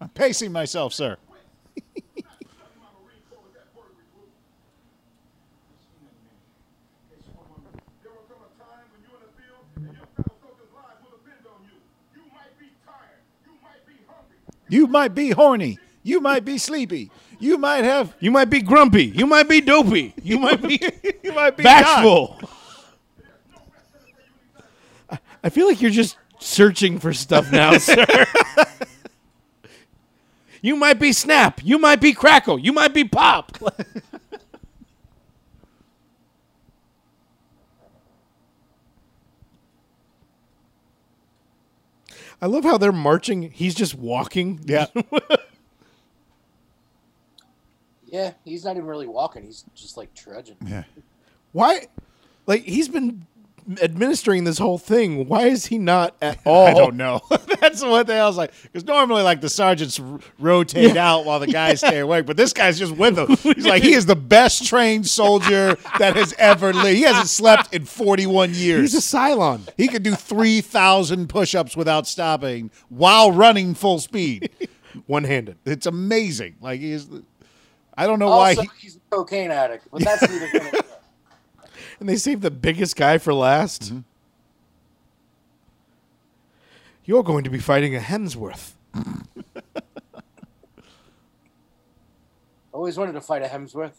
Speaker 1: I'm pacing myself, sir. You might be horny. You might be sleepy. You might have.
Speaker 2: You might be grumpy. You might be dopey. You might be (laughs)
Speaker 1: You might be
Speaker 7: Bashful. I- I feel like you're just searching for stuff
Speaker 1: (laughs)
Speaker 7: now, sir. you might be Snap. You might be Crackle. You might be Pop.
Speaker 2: I love how they're marching. He's just walking.
Speaker 1: Yeah.
Speaker 3: Yeah, he's not even really walking. He's just like trudging.
Speaker 2: (laughs) Why? Like he's been administering this whole thing. Why is he not at all?
Speaker 1: I don't know. (laughs) That's what the hell's like. Because normally, like the sergeants r- rotate out while the guys stay awake, but this guy's just with them. He's like, he is the best trained soldier that has ever lived. He hasn't slept in 41 years.
Speaker 2: He's a Cylon.
Speaker 1: he could do 3,000 push ups without stopping while running full speed.
Speaker 2: One-handed.
Speaker 1: It's amazing. Like, he's. I don't know why.
Speaker 3: Also,
Speaker 1: He,
Speaker 3: he's a cocaine addict, but that's neither here nor there.
Speaker 2: And they saved the biggest guy for last.
Speaker 1: Mm-hmm.
Speaker 2: You're going to be fighting a Hemsworth.
Speaker 3: Always wanted to fight a Hemsworth.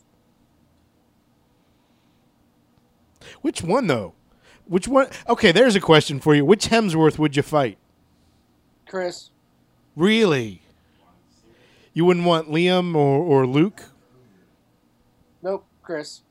Speaker 2: Which one though? Which one? Okay, there's a question for you. Which Hemsworth would you fight?
Speaker 3: Chris,
Speaker 2: Really? You wouldn't want Liam or, or Luke?
Speaker 3: nope, Chris.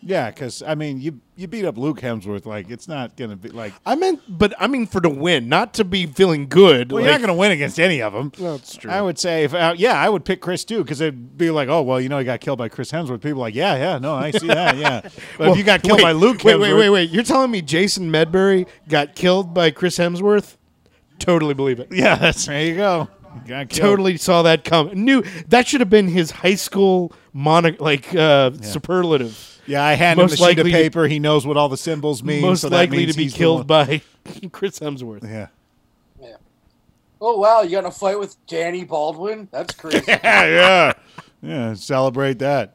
Speaker 1: yeah, because, I mean, you, you beat up Luke Hemsworth. Like, it's not going to be like.
Speaker 2: I meant, but I mean for to win, not to be feeling good.
Speaker 1: Well, you're not going to win against any of them.
Speaker 2: That's true.
Speaker 1: I would say, if, uh, yeah, I would pick Chris too, because it'd be like, oh, well, you know, he got killed by Chris Hemsworth. People are like, yeah, yeah, no, I see that, yeah.
Speaker 2: (laughs)
Speaker 1: But if you got killed by Luke
Speaker 2: Wait,
Speaker 1: Hemsworth,
Speaker 2: wait, wait, wait. You're telling me Jason Medbury got killed by Chris Hemsworth? Totally believe it.
Speaker 1: (laughs) yeah, that's there you go. You got killed.
Speaker 2: Totally saw that coming. Knew that should have been his high school mono, like uh, superlative.
Speaker 1: Yeah, I hand him
Speaker 2: Most
Speaker 1: the sheet of
Speaker 2: likely to-
Speaker 1: paper. He knows what all the symbols mean.
Speaker 2: Most
Speaker 1: so that
Speaker 2: likely
Speaker 1: means
Speaker 2: to be
Speaker 1: he's the
Speaker 2: killed
Speaker 1: one-
Speaker 2: by (laughs) Chris
Speaker 1: (laughs)
Speaker 2: Hemsworth.
Speaker 1: Yeah.
Speaker 3: Yeah. Oh wow, you got in a fight with Danny Baldwin? That's
Speaker 1: (laughs)
Speaker 3: crazy.
Speaker 1: Yeah, yeah, yeah. Celebrate that.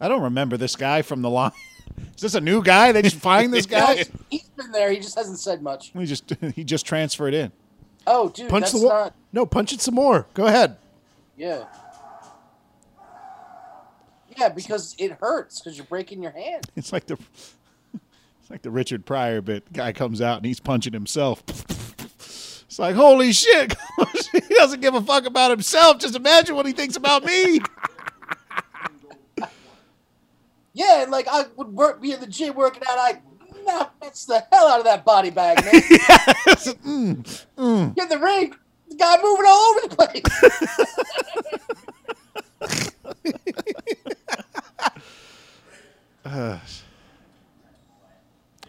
Speaker 1: I don't remember this guy from the line. (laughs) Is this a new guy? They just find
Speaker 2: (laughs)
Speaker 1: this guy.
Speaker 3: He's been there. He just hasn't said much.
Speaker 1: He just (laughs) he just transferred in.
Speaker 3: Oh, dude,
Speaker 2: Punch
Speaker 3: that's
Speaker 2: the wall.
Speaker 3: not.
Speaker 2: No, punch it some more. Go ahead.
Speaker 3: Yeah. Yeah, because it hurts because you're breaking your hand.
Speaker 1: It's like the (laughs) it's like the Richard Pryor bit. Guy comes out and he's punching himself. (laughs) It's like holy shit. (laughs) he doesn't give a fuck about himself. Just imagine what he thinks about
Speaker 2: (laughs)
Speaker 1: me.
Speaker 3: Yeah, and like I would work, be in the gym working out. I knock that's the hell out of that body bag,
Speaker 1: (laughs)
Speaker 3: man.
Speaker 1: Mm.
Speaker 3: Get in the ring. The guy moving all over the place.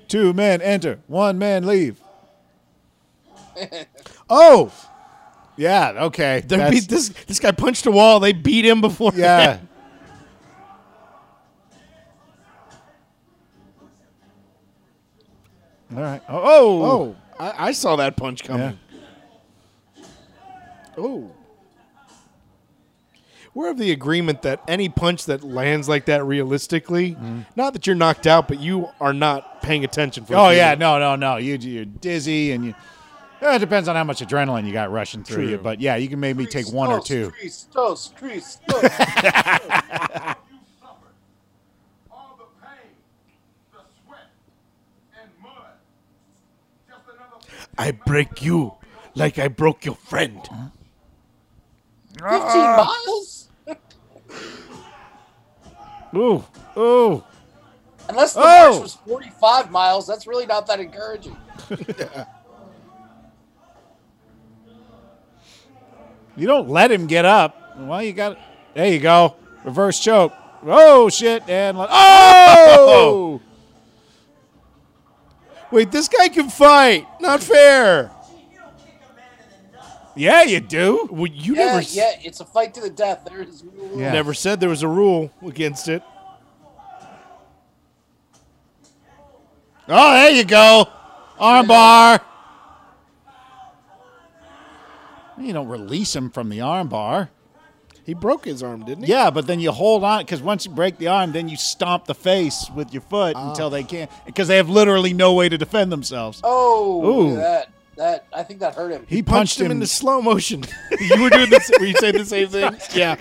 Speaker 1: Two men enter, one man
Speaker 2: (laughs)
Speaker 1: leave.
Speaker 2: Oh,
Speaker 1: Yeah, okay.
Speaker 2: they
Speaker 1: That's-
Speaker 2: beat this. This guy punched a wall. They beat him before. (laughs)
Speaker 1: yeah. All right. Oh, oh.
Speaker 2: Oh, I, I saw that punch coming. Oh. We're of the agreement that any punch that lands like that realistically, not that you're knocked out, but you are not paying attention for a
Speaker 1: Mm. Oh
Speaker 2: few
Speaker 1: yeah,
Speaker 2: minutes.
Speaker 1: no, no, no. You you're dizzy and you. Yeah, it depends on how much adrenaline you got rushing through you,
Speaker 2: True.
Speaker 1: but yeah, you can maybe take one or two.
Speaker 3: Christos, Christos.
Speaker 5: You suffered all the pain, the sweat, and mud. Just another.
Speaker 2: I break you like I broke your friend.
Speaker 3: Fifteen miles.
Speaker 1: Ooh, ooh.
Speaker 3: Unless the
Speaker 1: Oh!
Speaker 3: march was 45 miles, that's really not that encouraging.
Speaker 1: You don't let him get up. Well, you got. There you go. Reverse choke. Oh shit! And let,
Speaker 2: (laughs)
Speaker 1: oh,
Speaker 2: Wait, this guy can fight. Not fair.
Speaker 1: yeah, you do.
Speaker 2: Well, you
Speaker 3: Yeah,
Speaker 2: never s-
Speaker 3: yeah, it's a fight to the death. There is no rule.
Speaker 1: Yeah.
Speaker 2: never said there was a rule against it.
Speaker 1: Oh, there you go. Armbar. You don't release him from the armbar.
Speaker 2: He broke his arm, didn't he?
Speaker 1: Yeah, but then you hold on because once you break the arm, then you stomp the face with your foot until they can't because they have literally no way to defend themselves.
Speaker 3: Oh,
Speaker 1: Ooh.
Speaker 3: that that I think that hurt him.
Speaker 1: He
Speaker 2: Punched,
Speaker 1: (laughs)
Speaker 2: him, into slow motion. (laughs) you were doing this. Were you saying the same thing? Yeah.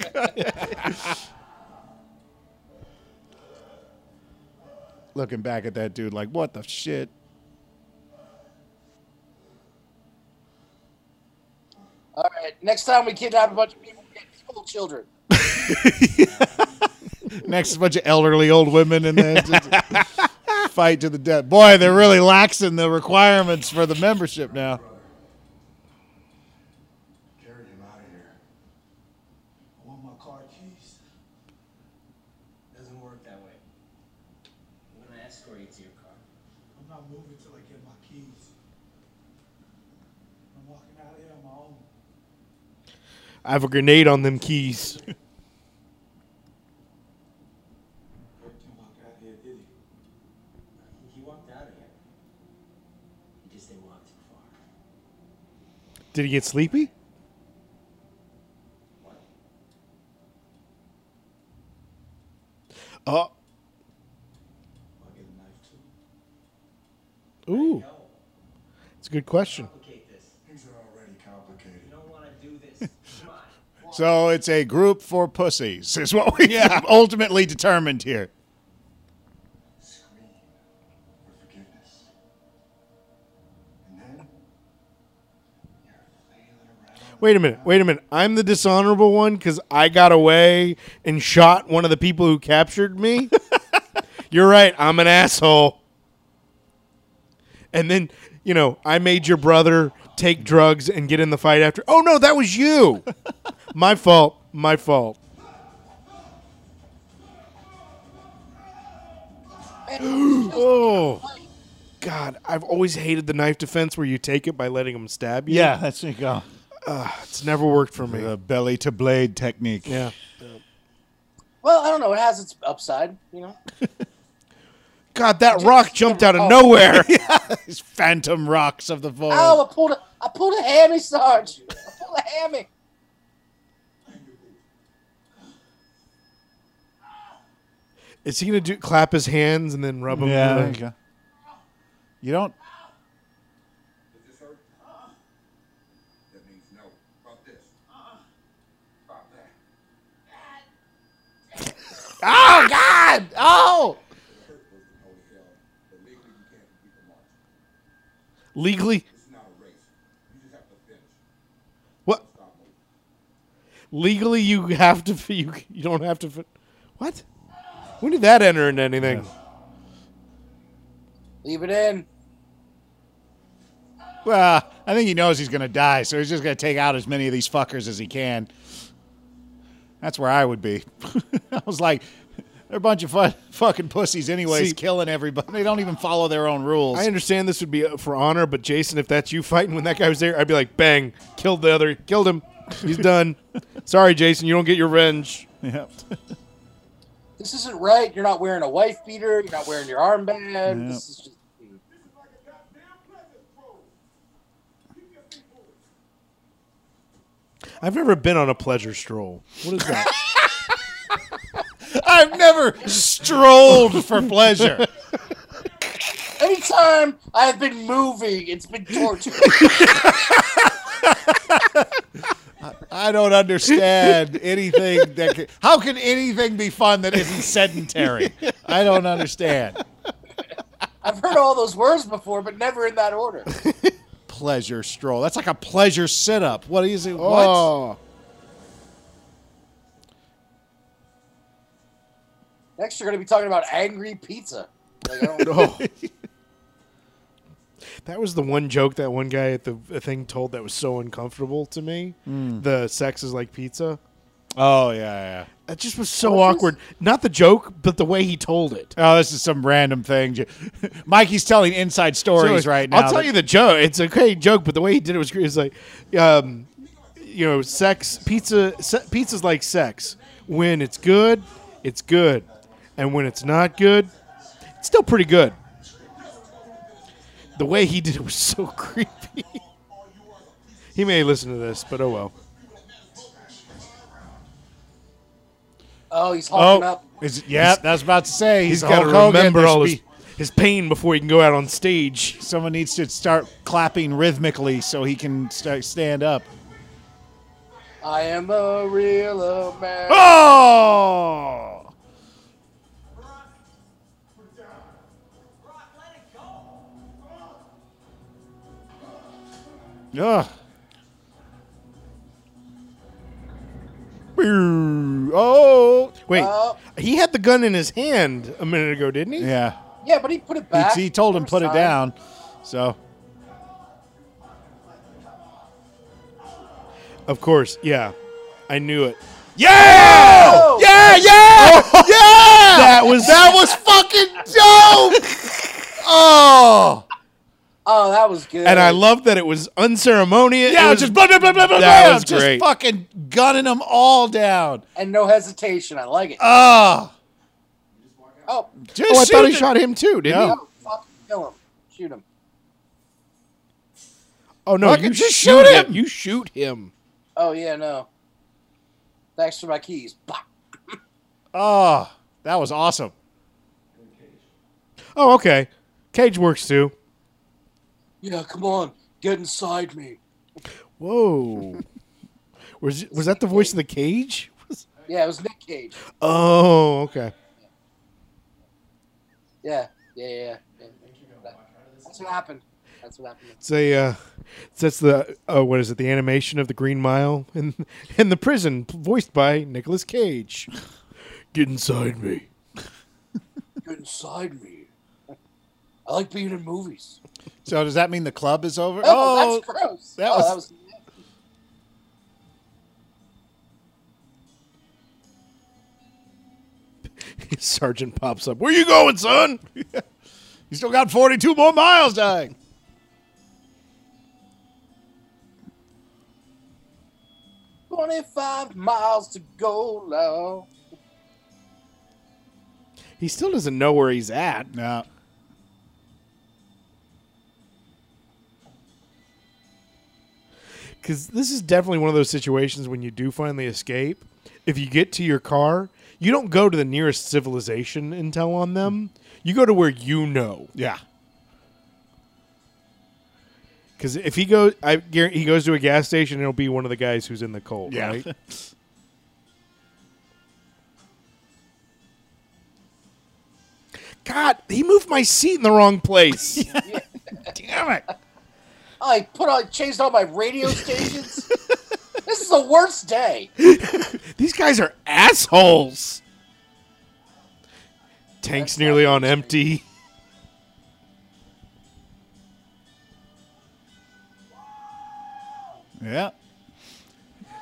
Speaker 1: looking back at that dude like, what the shit?
Speaker 3: All right, next time we kidnap a bunch of people, we get people children.
Speaker 1: Next, a bunch of elderly old women and then just (laughs) fight to the death. Boy, they're really laxing the requirements for the membership now.
Speaker 6: Carry him out of here. I want my car keys. Doesn't work that way. I'm gonna escort you to your car.
Speaker 5: I'm not moving till I get my keys. I'm walking out of here on my own.
Speaker 2: (laughs) I have a grenade on them keys.
Speaker 6: Kurt didn't walk out of here, did he? He walked out of here. He just didn't walk too far.
Speaker 2: Did he get sleepy? Oh.
Speaker 6: I'll get a knife too.
Speaker 2: Ooh. It's a good question.
Speaker 6: Complicate this.
Speaker 5: Things are already
Speaker 6: You
Speaker 5: complicated.
Speaker 6: don't wanna do this. Come on.
Speaker 1: So it's a group for pussies, is what we have (laughs) ultimately determined here.
Speaker 5: Scream for forgiveness. And then you're flailing around.
Speaker 2: Wait a minute. Wait a minute. I'm the dishonorable one because I got away and shot one of the people who captured me. You're right. I'm an asshole. And then, you know, I made your brother take drugs and get in the fight after. Oh, no, that was you. My fault. My fault. oh, God. I've always hated the knife defense where you take it by letting them stab you.
Speaker 1: Yeah, that's it. Go.
Speaker 2: It's never worked for me.
Speaker 1: The belly to blade technique.
Speaker 2: Yeah.
Speaker 3: Well, I don't know. It has its upside, you know.
Speaker 2: God, that rock jumped out
Speaker 3: Oh.
Speaker 1: (laughs)
Speaker 2: of nowhere.
Speaker 1: These phantom rocks of the forest.
Speaker 3: Ow! I pulled a I pulled a hammy, Sarge. I pulled a hammy.
Speaker 2: Is he gonna do clap his hands and then rub them?
Speaker 1: Yeah, there you go. You don't.
Speaker 5: Does this hurt? Uh-uh. That means no. About this.
Speaker 1: Oh
Speaker 5: About that.
Speaker 1: God! Oh.
Speaker 5: Hurt was the holy hell, but legally you can't beat the march.
Speaker 2: Legally,
Speaker 5: This is not a race. You just have to finish.
Speaker 2: what?
Speaker 5: Stop moving.
Speaker 2: Legally, you have to. f- You you don't have to. f- What? When did that enter into anything?
Speaker 3: Leave it in.
Speaker 1: Well, I think he knows he's going to die, so he's just going to take out as many of these fuckers as he can. That's where I would be. (laughs) I was like, they're a bunch of fu- fucking pussies, anyways,
Speaker 2: See-
Speaker 1: killing everybody. They don't even follow their own rules.
Speaker 2: I understand this would be up for honor, but Jason, if that's you fighting when that guy was there, I'd be like, bang, killed the other, killed him. He's (laughs) done. Sorry, Jason, you don't get your revenge.
Speaker 1: Yep.
Speaker 3: This isn't right. You're not wearing a wife beater. You're not wearing your armband. This is just.
Speaker 5: This is like a goddamn present, bro. Keep your feet moving.
Speaker 2: I've never been on a pleasure stroll. What is that?
Speaker 1: I've never strolled for pleasure.
Speaker 3: Anytime I have been moving, it's
Speaker 1: (laughs)
Speaker 3: been torture.
Speaker 1: (laughs) I don't understand anything that. Could, how can anything be fun that isn't sedentary? I don't understand.
Speaker 3: I've heard all those words before, but never in that order.
Speaker 1: Pleasure stroll. That's like a pleasure sit up. What is it? What?
Speaker 2: Oh,
Speaker 3: Next, you're going to be talking about angry pizza. Like, I don't-
Speaker 1: (laughs)
Speaker 2: Oh. (laughs) that was the one joke that one guy at the thing told that was so uncomfortable to me. The sex is like pizza.
Speaker 1: Oh, yeah, yeah.
Speaker 2: That just was so
Speaker 3: What is-
Speaker 2: awkward. Not the joke, but the way he told it.
Speaker 1: Oh, this is some random thing. (laughs) Mikey's telling inside stories
Speaker 2: So,
Speaker 1: right now.
Speaker 2: I'll tell you the joke. It's a great joke, but the way he did it was great. It's like, um, you know, sex pizza. Se- pizza's like sex. When it's good, it's good, and when it's not good, it's still pretty good. The way he did it was (laughs) so creepy. he may listen to this, but oh well.
Speaker 3: Oh, he's hulking up.
Speaker 1: is yeah, that's about to say.
Speaker 2: He's
Speaker 1: the
Speaker 2: got to
Speaker 1: Hulk Hogan.
Speaker 2: remember
Speaker 1: There
Speaker 2: all
Speaker 1: should
Speaker 2: his,
Speaker 1: be-
Speaker 2: his pain before he can go out on stage.
Speaker 1: Someone needs to start clapping rhythmically so he can start stand up.
Speaker 3: I am a real American.
Speaker 1: Oh! Ugh. Boo. Oh!
Speaker 2: Wait,
Speaker 3: Uh,
Speaker 2: he had the gun in his hand a minute ago, didn't he?
Speaker 1: Yeah.
Speaker 3: Yeah, but he put it
Speaker 1: He,
Speaker 3: back.
Speaker 1: he told him
Speaker 3: First
Speaker 1: put it
Speaker 3: time.
Speaker 1: down. So,
Speaker 2: Of course, yeah. I knew it.
Speaker 1: yeah!
Speaker 3: Oh!
Speaker 1: Yeah, (laughs) yeah! Yeah!
Speaker 2: That was-
Speaker 1: That was fucking dope! (laughs) oh!
Speaker 3: Oh, that was good.
Speaker 2: And I love that it was unceremonious.
Speaker 1: Yeah,
Speaker 2: it was
Speaker 1: just blah blah blah blah blah.
Speaker 2: That
Speaker 1: blah.
Speaker 2: was
Speaker 1: just
Speaker 2: great.
Speaker 1: fucking gunning them all down.
Speaker 3: and no hesitation. I like it.
Speaker 1: Ah,
Speaker 3: oh,
Speaker 1: just
Speaker 2: Oh, I thought he
Speaker 1: shoot
Speaker 2: shot him too, didn't
Speaker 1: No.
Speaker 2: he?
Speaker 3: no, fuck, kill him, shoot him.
Speaker 2: Oh no,
Speaker 1: Fucking
Speaker 2: you
Speaker 1: just shoot
Speaker 2: shoot, him.
Speaker 1: him.
Speaker 2: You shoot him.
Speaker 3: Oh yeah, no. Thanks for my keys. Bah.
Speaker 1: it. Ah, that was awesome.
Speaker 2: Oh, okay. Cage works too.
Speaker 3: Yeah, come on, get inside me.
Speaker 2: Whoa. (laughs) was was that the voice of the cage?
Speaker 3: Yeah, it was Nick Cage.
Speaker 2: Oh, okay.
Speaker 3: Yeah, yeah, yeah. yeah. That's what happened. That's what happened.
Speaker 2: It's a uh, it's, that's the oh, what is it? The animation of the Green Mile (laughs) and and the prison, voiced by Nicolas Cage. Get inside me.
Speaker 3: Get inside me. I like being in movies.
Speaker 1: So does that mean the club is over?
Speaker 3: Oh, that's gross.
Speaker 1: that
Speaker 3: oh,
Speaker 1: was-
Speaker 3: that was.
Speaker 2: (laughs) Sergeant pops up. Where you going, son? (laughs)
Speaker 1: you still got forty-two more miles, dying.
Speaker 3: Twenty-five miles to go, low.
Speaker 2: He still doesn't know where he's at.
Speaker 1: No.
Speaker 2: because this is definitely one of those situations when you do finally escape. If you get to your car, you don't go to the nearest civilization and tell on them. You go to where you know.
Speaker 1: Yeah.
Speaker 2: Because if he goes, I guarantee he goes to a gas station, it'll be one of the guys who's in the cold,
Speaker 1: Yeah. (laughs)
Speaker 2: right? God, he moved my seat in the
Speaker 1: (laughs)
Speaker 2: wrong place. (laughs)
Speaker 1: Damn it!
Speaker 3: I put on changed all my radio (laughs) stations. this is the worst day.
Speaker 2: These guys are assholes. Tank's
Speaker 3: That's
Speaker 2: nearly
Speaker 3: not
Speaker 2: on empty. (laughs)
Speaker 1: Yeah.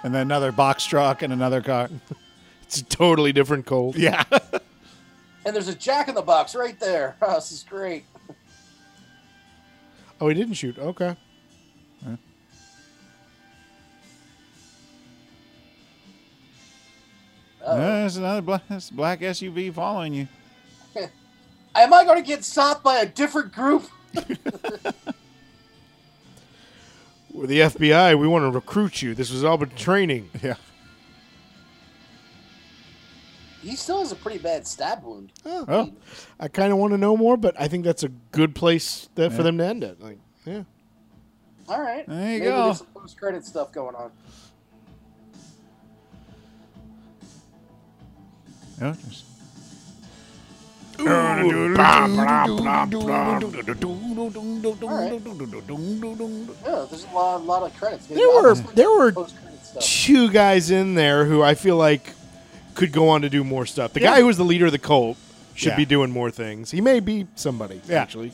Speaker 1: And then another box truck and another car.
Speaker 2: It's a totally different cold.
Speaker 1: Yeah.
Speaker 3: And there's a jack in the box right there. (laughs) Oh, this is great.
Speaker 2: Oh, he didn't shoot. Okay.
Speaker 1: There's another black, there's a black SUV following you.
Speaker 3: Am I going to get stopped by a different group?
Speaker 2: We're the FBI. We want to recruit you. This was all but training.
Speaker 1: Yeah.
Speaker 3: He still has a pretty bad stab wound.
Speaker 1: Oh.
Speaker 2: I kind of want to know more, but I think that's a good place that, for them to end it. Like, yeah.
Speaker 3: All right.
Speaker 1: There you
Speaker 3: Maybe
Speaker 1: go.
Speaker 3: There's some post credit stuff going on.
Speaker 1: Yeah, just-
Speaker 3: Yeah, there's a lot, lot of credits. Maybe
Speaker 2: There
Speaker 3: I'll
Speaker 2: were-
Speaker 3: just look
Speaker 2: there
Speaker 3: at
Speaker 2: were-
Speaker 3: post credit stuff.
Speaker 2: Two guys in there who I feel like could go on to do more stuff. The guy who was the leader of the cult should
Speaker 1: Yeah.
Speaker 2: be doing more things. He may be somebody,
Speaker 1: Yeah.
Speaker 2: actually.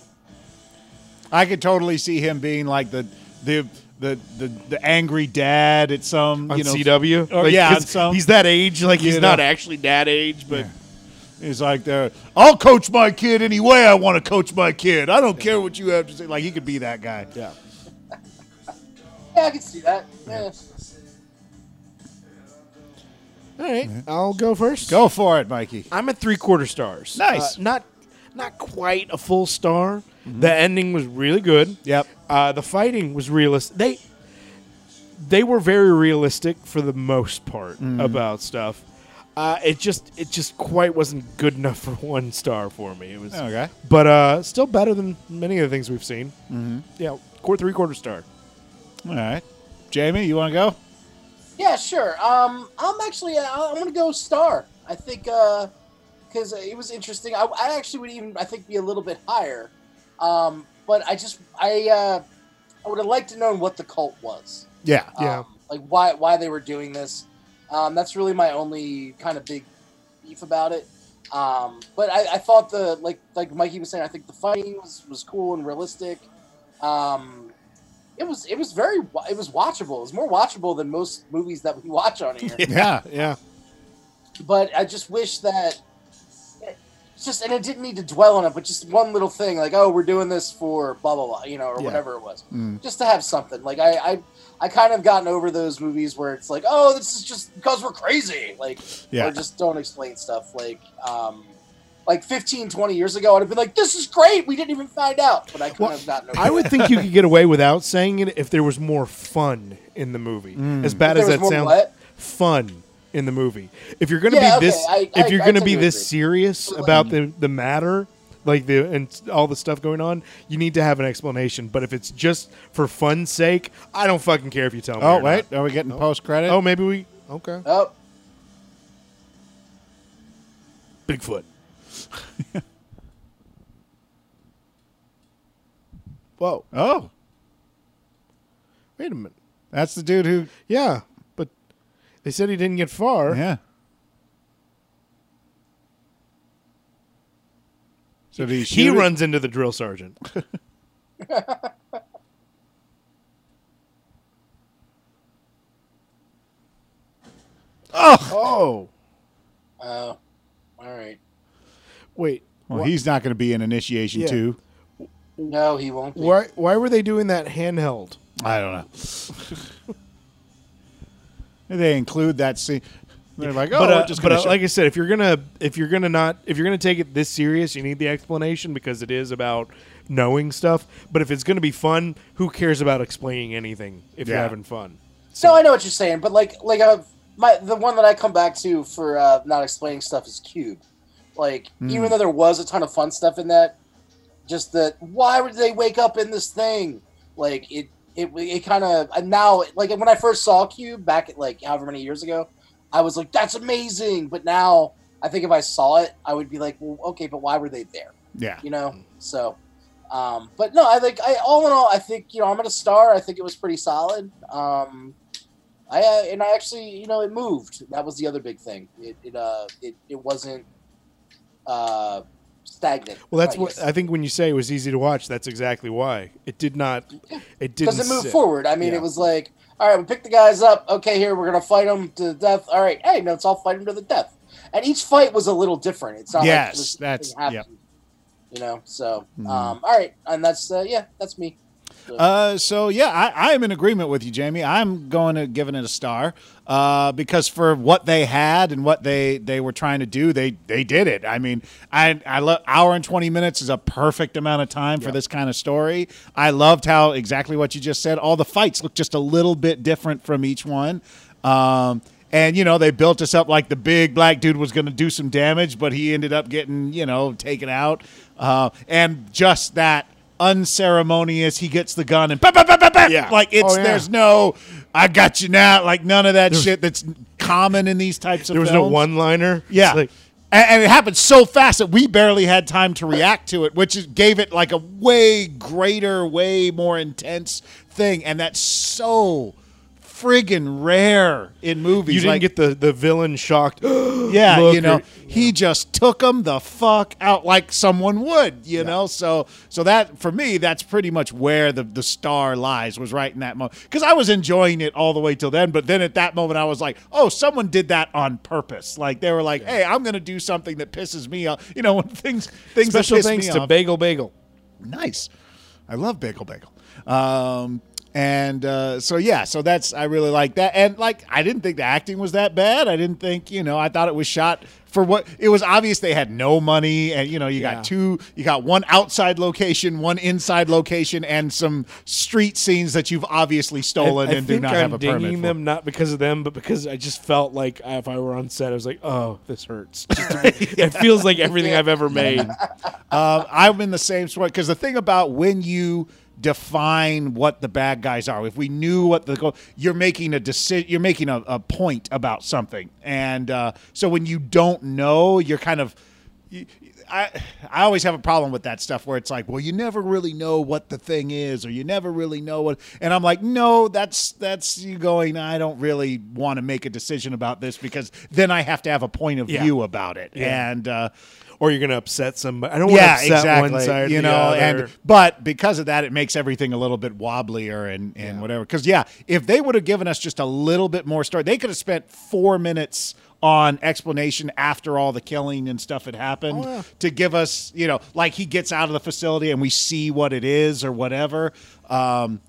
Speaker 1: I could totally see him being like the the the the, the angry dad at some
Speaker 2: On
Speaker 1: you know
Speaker 2: CW.
Speaker 1: or-
Speaker 2: Like,
Speaker 1: yeah,
Speaker 2: 'cause
Speaker 1: on some-
Speaker 2: he's that age. Like, he's
Speaker 1: You
Speaker 2: not
Speaker 1: know.
Speaker 2: actually that age, but.
Speaker 1: He's like the I'll coach my kid any way I want to coach my kid. I don't care what you have to say. Like he could be that guy.
Speaker 2: Yeah.
Speaker 3: Yeah, I can see that. Yeah.
Speaker 2: All right. I'll go first.
Speaker 1: Go for it, Mikey.
Speaker 2: I'm at three quarter stars.
Speaker 1: Nice. Mm-hmm.
Speaker 2: Uh, not not quite a full star. The ending was really good.
Speaker 1: Yep.
Speaker 2: Uh, the fighting was realistic. They
Speaker 1: Mm-hmm.
Speaker 2: they were very realistic for the most part about stuff. Uh, it just it just quite wasn't good enough for (laughs) one star for me. It was
Speaker 1: Okay.
Speaker 2: but uh, still better than many of the things we've seen. Mm-hmm. Yeah, quarter three quarter star.
Speaker 1: All right. Jamie, you want to go?
Speaker 3: Yeah, sure. Um, I'm actually I- I'm gonna go star. I think because it was interesting. I, I actually would even I think be a little bit higher. Um, but I just I uh, I would have liked to known what the cult was.
Speaker 1: Yeah.
Speaker 2: Yeah.
Speaker 3: Um, like why why they were doing this. Um, that's really my only kind of big beef about it. Um, but I, I thought the like like Mikey was saying, I think the fighting was, was cool and realistic. Um, it was it was very wa- it was watchable. It was more watchable than most movies that we (laughs) watch on here.
Speaker 1: Yeah.
Speaker 2: (laughs) Yeah,
Speaker 3: but I just wish that it's just and it didn't need to dwell on it, but just one little thing like oh we're doing this for blah blah blah you know or
Speaker 1: Yeah.
Speaker 3: whatever it was,
Speaker 1: Mm.
Speaker 3: just to have something like I I I kind of gotten over those movies where it's like oh this is just because we're crazy like
Speaker 1: Yeah.
Speaker 3: or just don't explain stuff like um. Like 15, 20 years ago, I'd have been like, "This is great. We didn't even find out." But I could
Speaker 2: Well,
Speaker 3: have gotten over.
Speaker 2: I would think you could get away without saying it if there was more fun in the movie. As bad as
Speaker 3: Mm. If there was
Speaker 2: that
Speaker 3: more
Speaker 2: sounds,
Speaker 3: what?
Speaker 2: fun in the movie. If you're gonna
Speaker 3: Yeah,
Speaker 2: be
Speaker 3: okay,
Speaker 2: this,
Speaker 3: I-
Speaker 2: if
Speaker 3: I-
Speaker 2: you're
Speaker 3: I
Speaker 2: gonna
Speaker 3: tend
Speaker 2: be
Speaker 3: to
Speaker 2: this
Speaker 3: agree.
Speaker 2: serious about the the matter, like the and s- all the stuff going on, you need to have an explanation. But if it's just for fun's sake, I don't fucking care if you tell me.
Speaker 1: Oh
Speaker 2: or
Speaker 1: wait,
Speaker 2: not.
Speaker 1: are we getting post credit?
Speaker 2: Oh, maybe we. Okay.
Speaker 3: Oh,
Speaker 2: Bigfoot. (laughs) Whoa!
Speaker 1: oh,
Speaker 2: Wait a minute.
Speaker 1: that's the dude who.
Speaker 2: Yeah, but they said he didn't get far.
Speaker 1: Yeah. So did he,
Speaker 2: He
Speaker 1: shoot it?
Speaker 2: runs into the
Speaker 1: (laughs)
Speaker 2: drill sergeant.
Speaker 1: Oh,
Speaker 2: Oh,
Speaker 3: oh, all right.
Speaker 2: wait.
Speaker 1: well, he's not going to be in initiation
Speaker 2: Yeah.
Speaker 1: two.
Speaker 3: No, he won't. Be.
Speaker 2: Why? Why were they doing that handheld?
Speaker 1: I don't know. (laughs) they include that scene. They're like, oh,
Speaker 2: but, uh,
Speaker 1: we're just
Speaker 2: but
Speaker 1: going
Speaker 2: uh,
Speaker 1: to.
Speaker 2: like I said, if you're gonna if you're gonna not if you're gonna take it this serious, you need the explanation because it is about knowing stuff. But if it's gonna be fun, who cares about explaining anything if you're
Speaker 1: Yeah.
Speaker 2: having fun?
Speaker 3: So I know what you're saying, but like like uh, my the one that I come back to for uh, not explaining stuff is Cube. Like even though there was a ton of fun stuff in that, just that why would they wake up in this thing? Like it it it kind of now like when I first saw Cube back at like however many years ago, I was like that's amazing. But now I think if I saw it, I would be like, well, okay, but why were they there?
Speaker 1: yeah.
Speaker 3: you know. So, um, but no, I like I all in all, I think you know I'm at a star. I think it was pretty solid. Um, I uh, and I actually you know it moved. That was the other big thing. It it uh it, it wasn't uh stagnant.
Speaker 2: Well, that's
Speaker 3: I
Speaker 2: what
Speaker 3: guess.
Speaker 2: I think when you say it was easy to watch, that's exactly why it did not. It didn't
Speaker 3: because it moved
Speaker 2: sit.
Speaker 3: forward. I mean,
Speaker 2: Yeah.
Speaker 3: it was like, all right, we pick the guys up. Okay, here we're gonna fight them to the death. All right, hey, no, it's all fight them to the death. And each fight was a little different. It's not
Speaker 1: Yes,
Speaker 3: like this thing
Speaker 1: that's-
Speaker 3: happened,
Speaker 1: yep. Hmm.
Speaker 3: You know, so um, all right, and that's uh, yeah, that's me.
Speaker 1: Uh, so yeah, I, I am in agreement with you, Jamie. I'm going to giving it a star uh, because for what they had and what they they were trying to do, they they did it. I mean, I I love hour and twenty minutes is a perfect amount of time for this kind of story. I loved how exactly what you just said. All the fights look just a little bit different from each one. Um, and you know they built us up like the big black dude was going to do some damage, but he ended up getting you know taken out. Uh, and just that unceremonious, he gets the gun and bah, bah, bah, bah, bah.
Speaker 2: Yeah.
Speaker 1: like it's
Speaker 2: Oh, yeah.
Speaker 1: there's no I got you now, like none of that shit that's common in these types of
Speaker 2: There was no
Speaker 1: films.
Speaker 2: one liner.
Speaker 1: Yeah. and, and it happened so fast that we barely had time to react to it, which is, gave it like a way greater, way more intense thing. And that's so friggin' rare in movies.
Speaker 2: you didn't
Speaker 1: like,
Speaker 2: get the the
Speaker 7: (gasps)
Speaker 2: villain
Speaker 1: (gasps)
Speaker 2: shocked.
Speaker 1: yeah,
Speaker 2: look
Speaker 1: you know,
Speaker 2: or-
Speaker 1: he just took them the fuck out like someone would, you know. So, so that for me, that's pretty much where the the star lies was right in that moment because I was enjoying it all the way till then, but then at that moment, I was like, oh, someone did that on purpose. Like they were like, hey, I'm gonna do something that pisses me off, you know, when things things that
Speaker 2: special
Speaker 1: piss
Speaker 2: thanks
Speaker 1: me
Speaker 2: to
Speaker 1: off.
Speaker 2: Bagel Bagel.
Speaker 1: Nice. I love bagel bagel. Um, And uh, so yeah, so that's I really like that. And like I didn't think the acting was that bad. I didn't think you know I thought it was shot for what it was obvious they had no money and you know you
Speaker 7: Yeah.
Speaker 1: got two you got one outside location one inside location and some street scenes that you've obviously stolen
Speaker 7: I
Speaker 1: and do
Speaker 7: think
Speaker 1: not
Speaker 7: I'm
Speaker 1: have a
Speaker 7: dinging
Speaker 1: permit for.
Speaker 7: them not because of them, but because I just felt like if I were on set, I was like, "Oh, this
Speaker 2: (laughs)
Speaker 7: hurts." Just to be- It feels like everything I've ever made.
Speaker 1: Um, I'm in the same spot because the thing about when you define what the bad guys are, if we knew what the goal, you're making a decision, you're making a, a point about something, and uh, so when you don't know, you're kind of. you- I I always have a problem with that stuff where it's like, well, you never really know what the thing is, or you never really know what. And I'm like, no, that's that's you going. I don't really want to make a decision about this because then I have to have a point of
Speaker 7: Yeah.
Speaker 1: view about it.
Speaker 7: Yeah.
Speaker 1: And uh,
Speaker 2: Or you're gonna upset somebody. I don't
Speaker 1: yeah,
Speaker 2: want to upset
Speaker 1: exactly.
Speaker 2: one side.
Speaker 1: you
Speaker 2: or the
Speaker 1: know, and
Speaker 2: other.
Speaker 1: but because of that, it makes everything a little bit wobblier and and whatever. Because yeah, if they would have given us just a little bit more story, they could have spent four minutes on explanation after all the killing and stuff had
Speaker 2: Oh,
Speaker 1: happened to give us, you know, like he gets out of the facility and we see what it is or whatever. Um,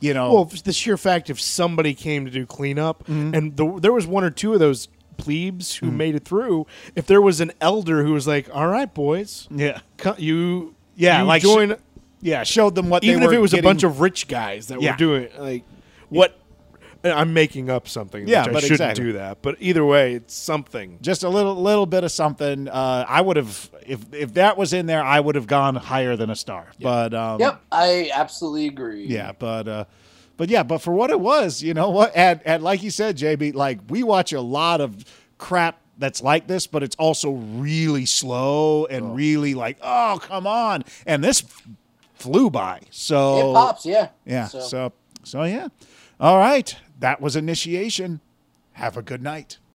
Speaker 1: you know,
Speaker 2: Well, f- the sheer fact if somebody came to do cleanup,
Speaker 1: Mm-hmm.
Speaker 2: and the, there was one or two of those plebes
Speaker 1: Mm.
Speaker 2: who made it through. If there was an elder who was like, "All right, boys,
Speaker 1: yeah,
Speaker 2: co- you,
Speaker 1: Mm. Yeah,
Speaker 2: you
Speaker 1: like sh-
Speaker 2: join,"
Speaker 1: yeah, showed them what
Speaker 2: even
Speaker 1: they
Speaker 2: if
Speaker 1: were
Speaker 2: it was a
Speaker 1: getting-
Speaker 2: bunch of rich guys that
Speaker 1: Yeah.
Speaker 2: were doing it, like what. I'm making up something.
Speaker 1: Yeah,
Speaker 2: which I
Speaker 1: but
Speaker 2: shouldn't
Speaker 1: exactly.
Speaker 2: do that. But either way, it's something.
Speaker 1: just a little little bit of something. Uh, I would have if if that was in there, I would have gone higher than a star. But um,
Speaker 3: Yep, I absolutely agree.
Speaker 1: yeah, but uh, but yeah, but for what it was, you know what? And and like you said, JB, like we watch a lot of crap that's like this, but it's also really slow and really like, oh come on! And this f- flew by.
Speaker 3: It
Speaker 1: So
Speaker 3: pops, yeah.
Speaker 1: yeah.
Speaker 3: So,
Speaker 1: so so yeah. All right, that was initiation. Have a good night.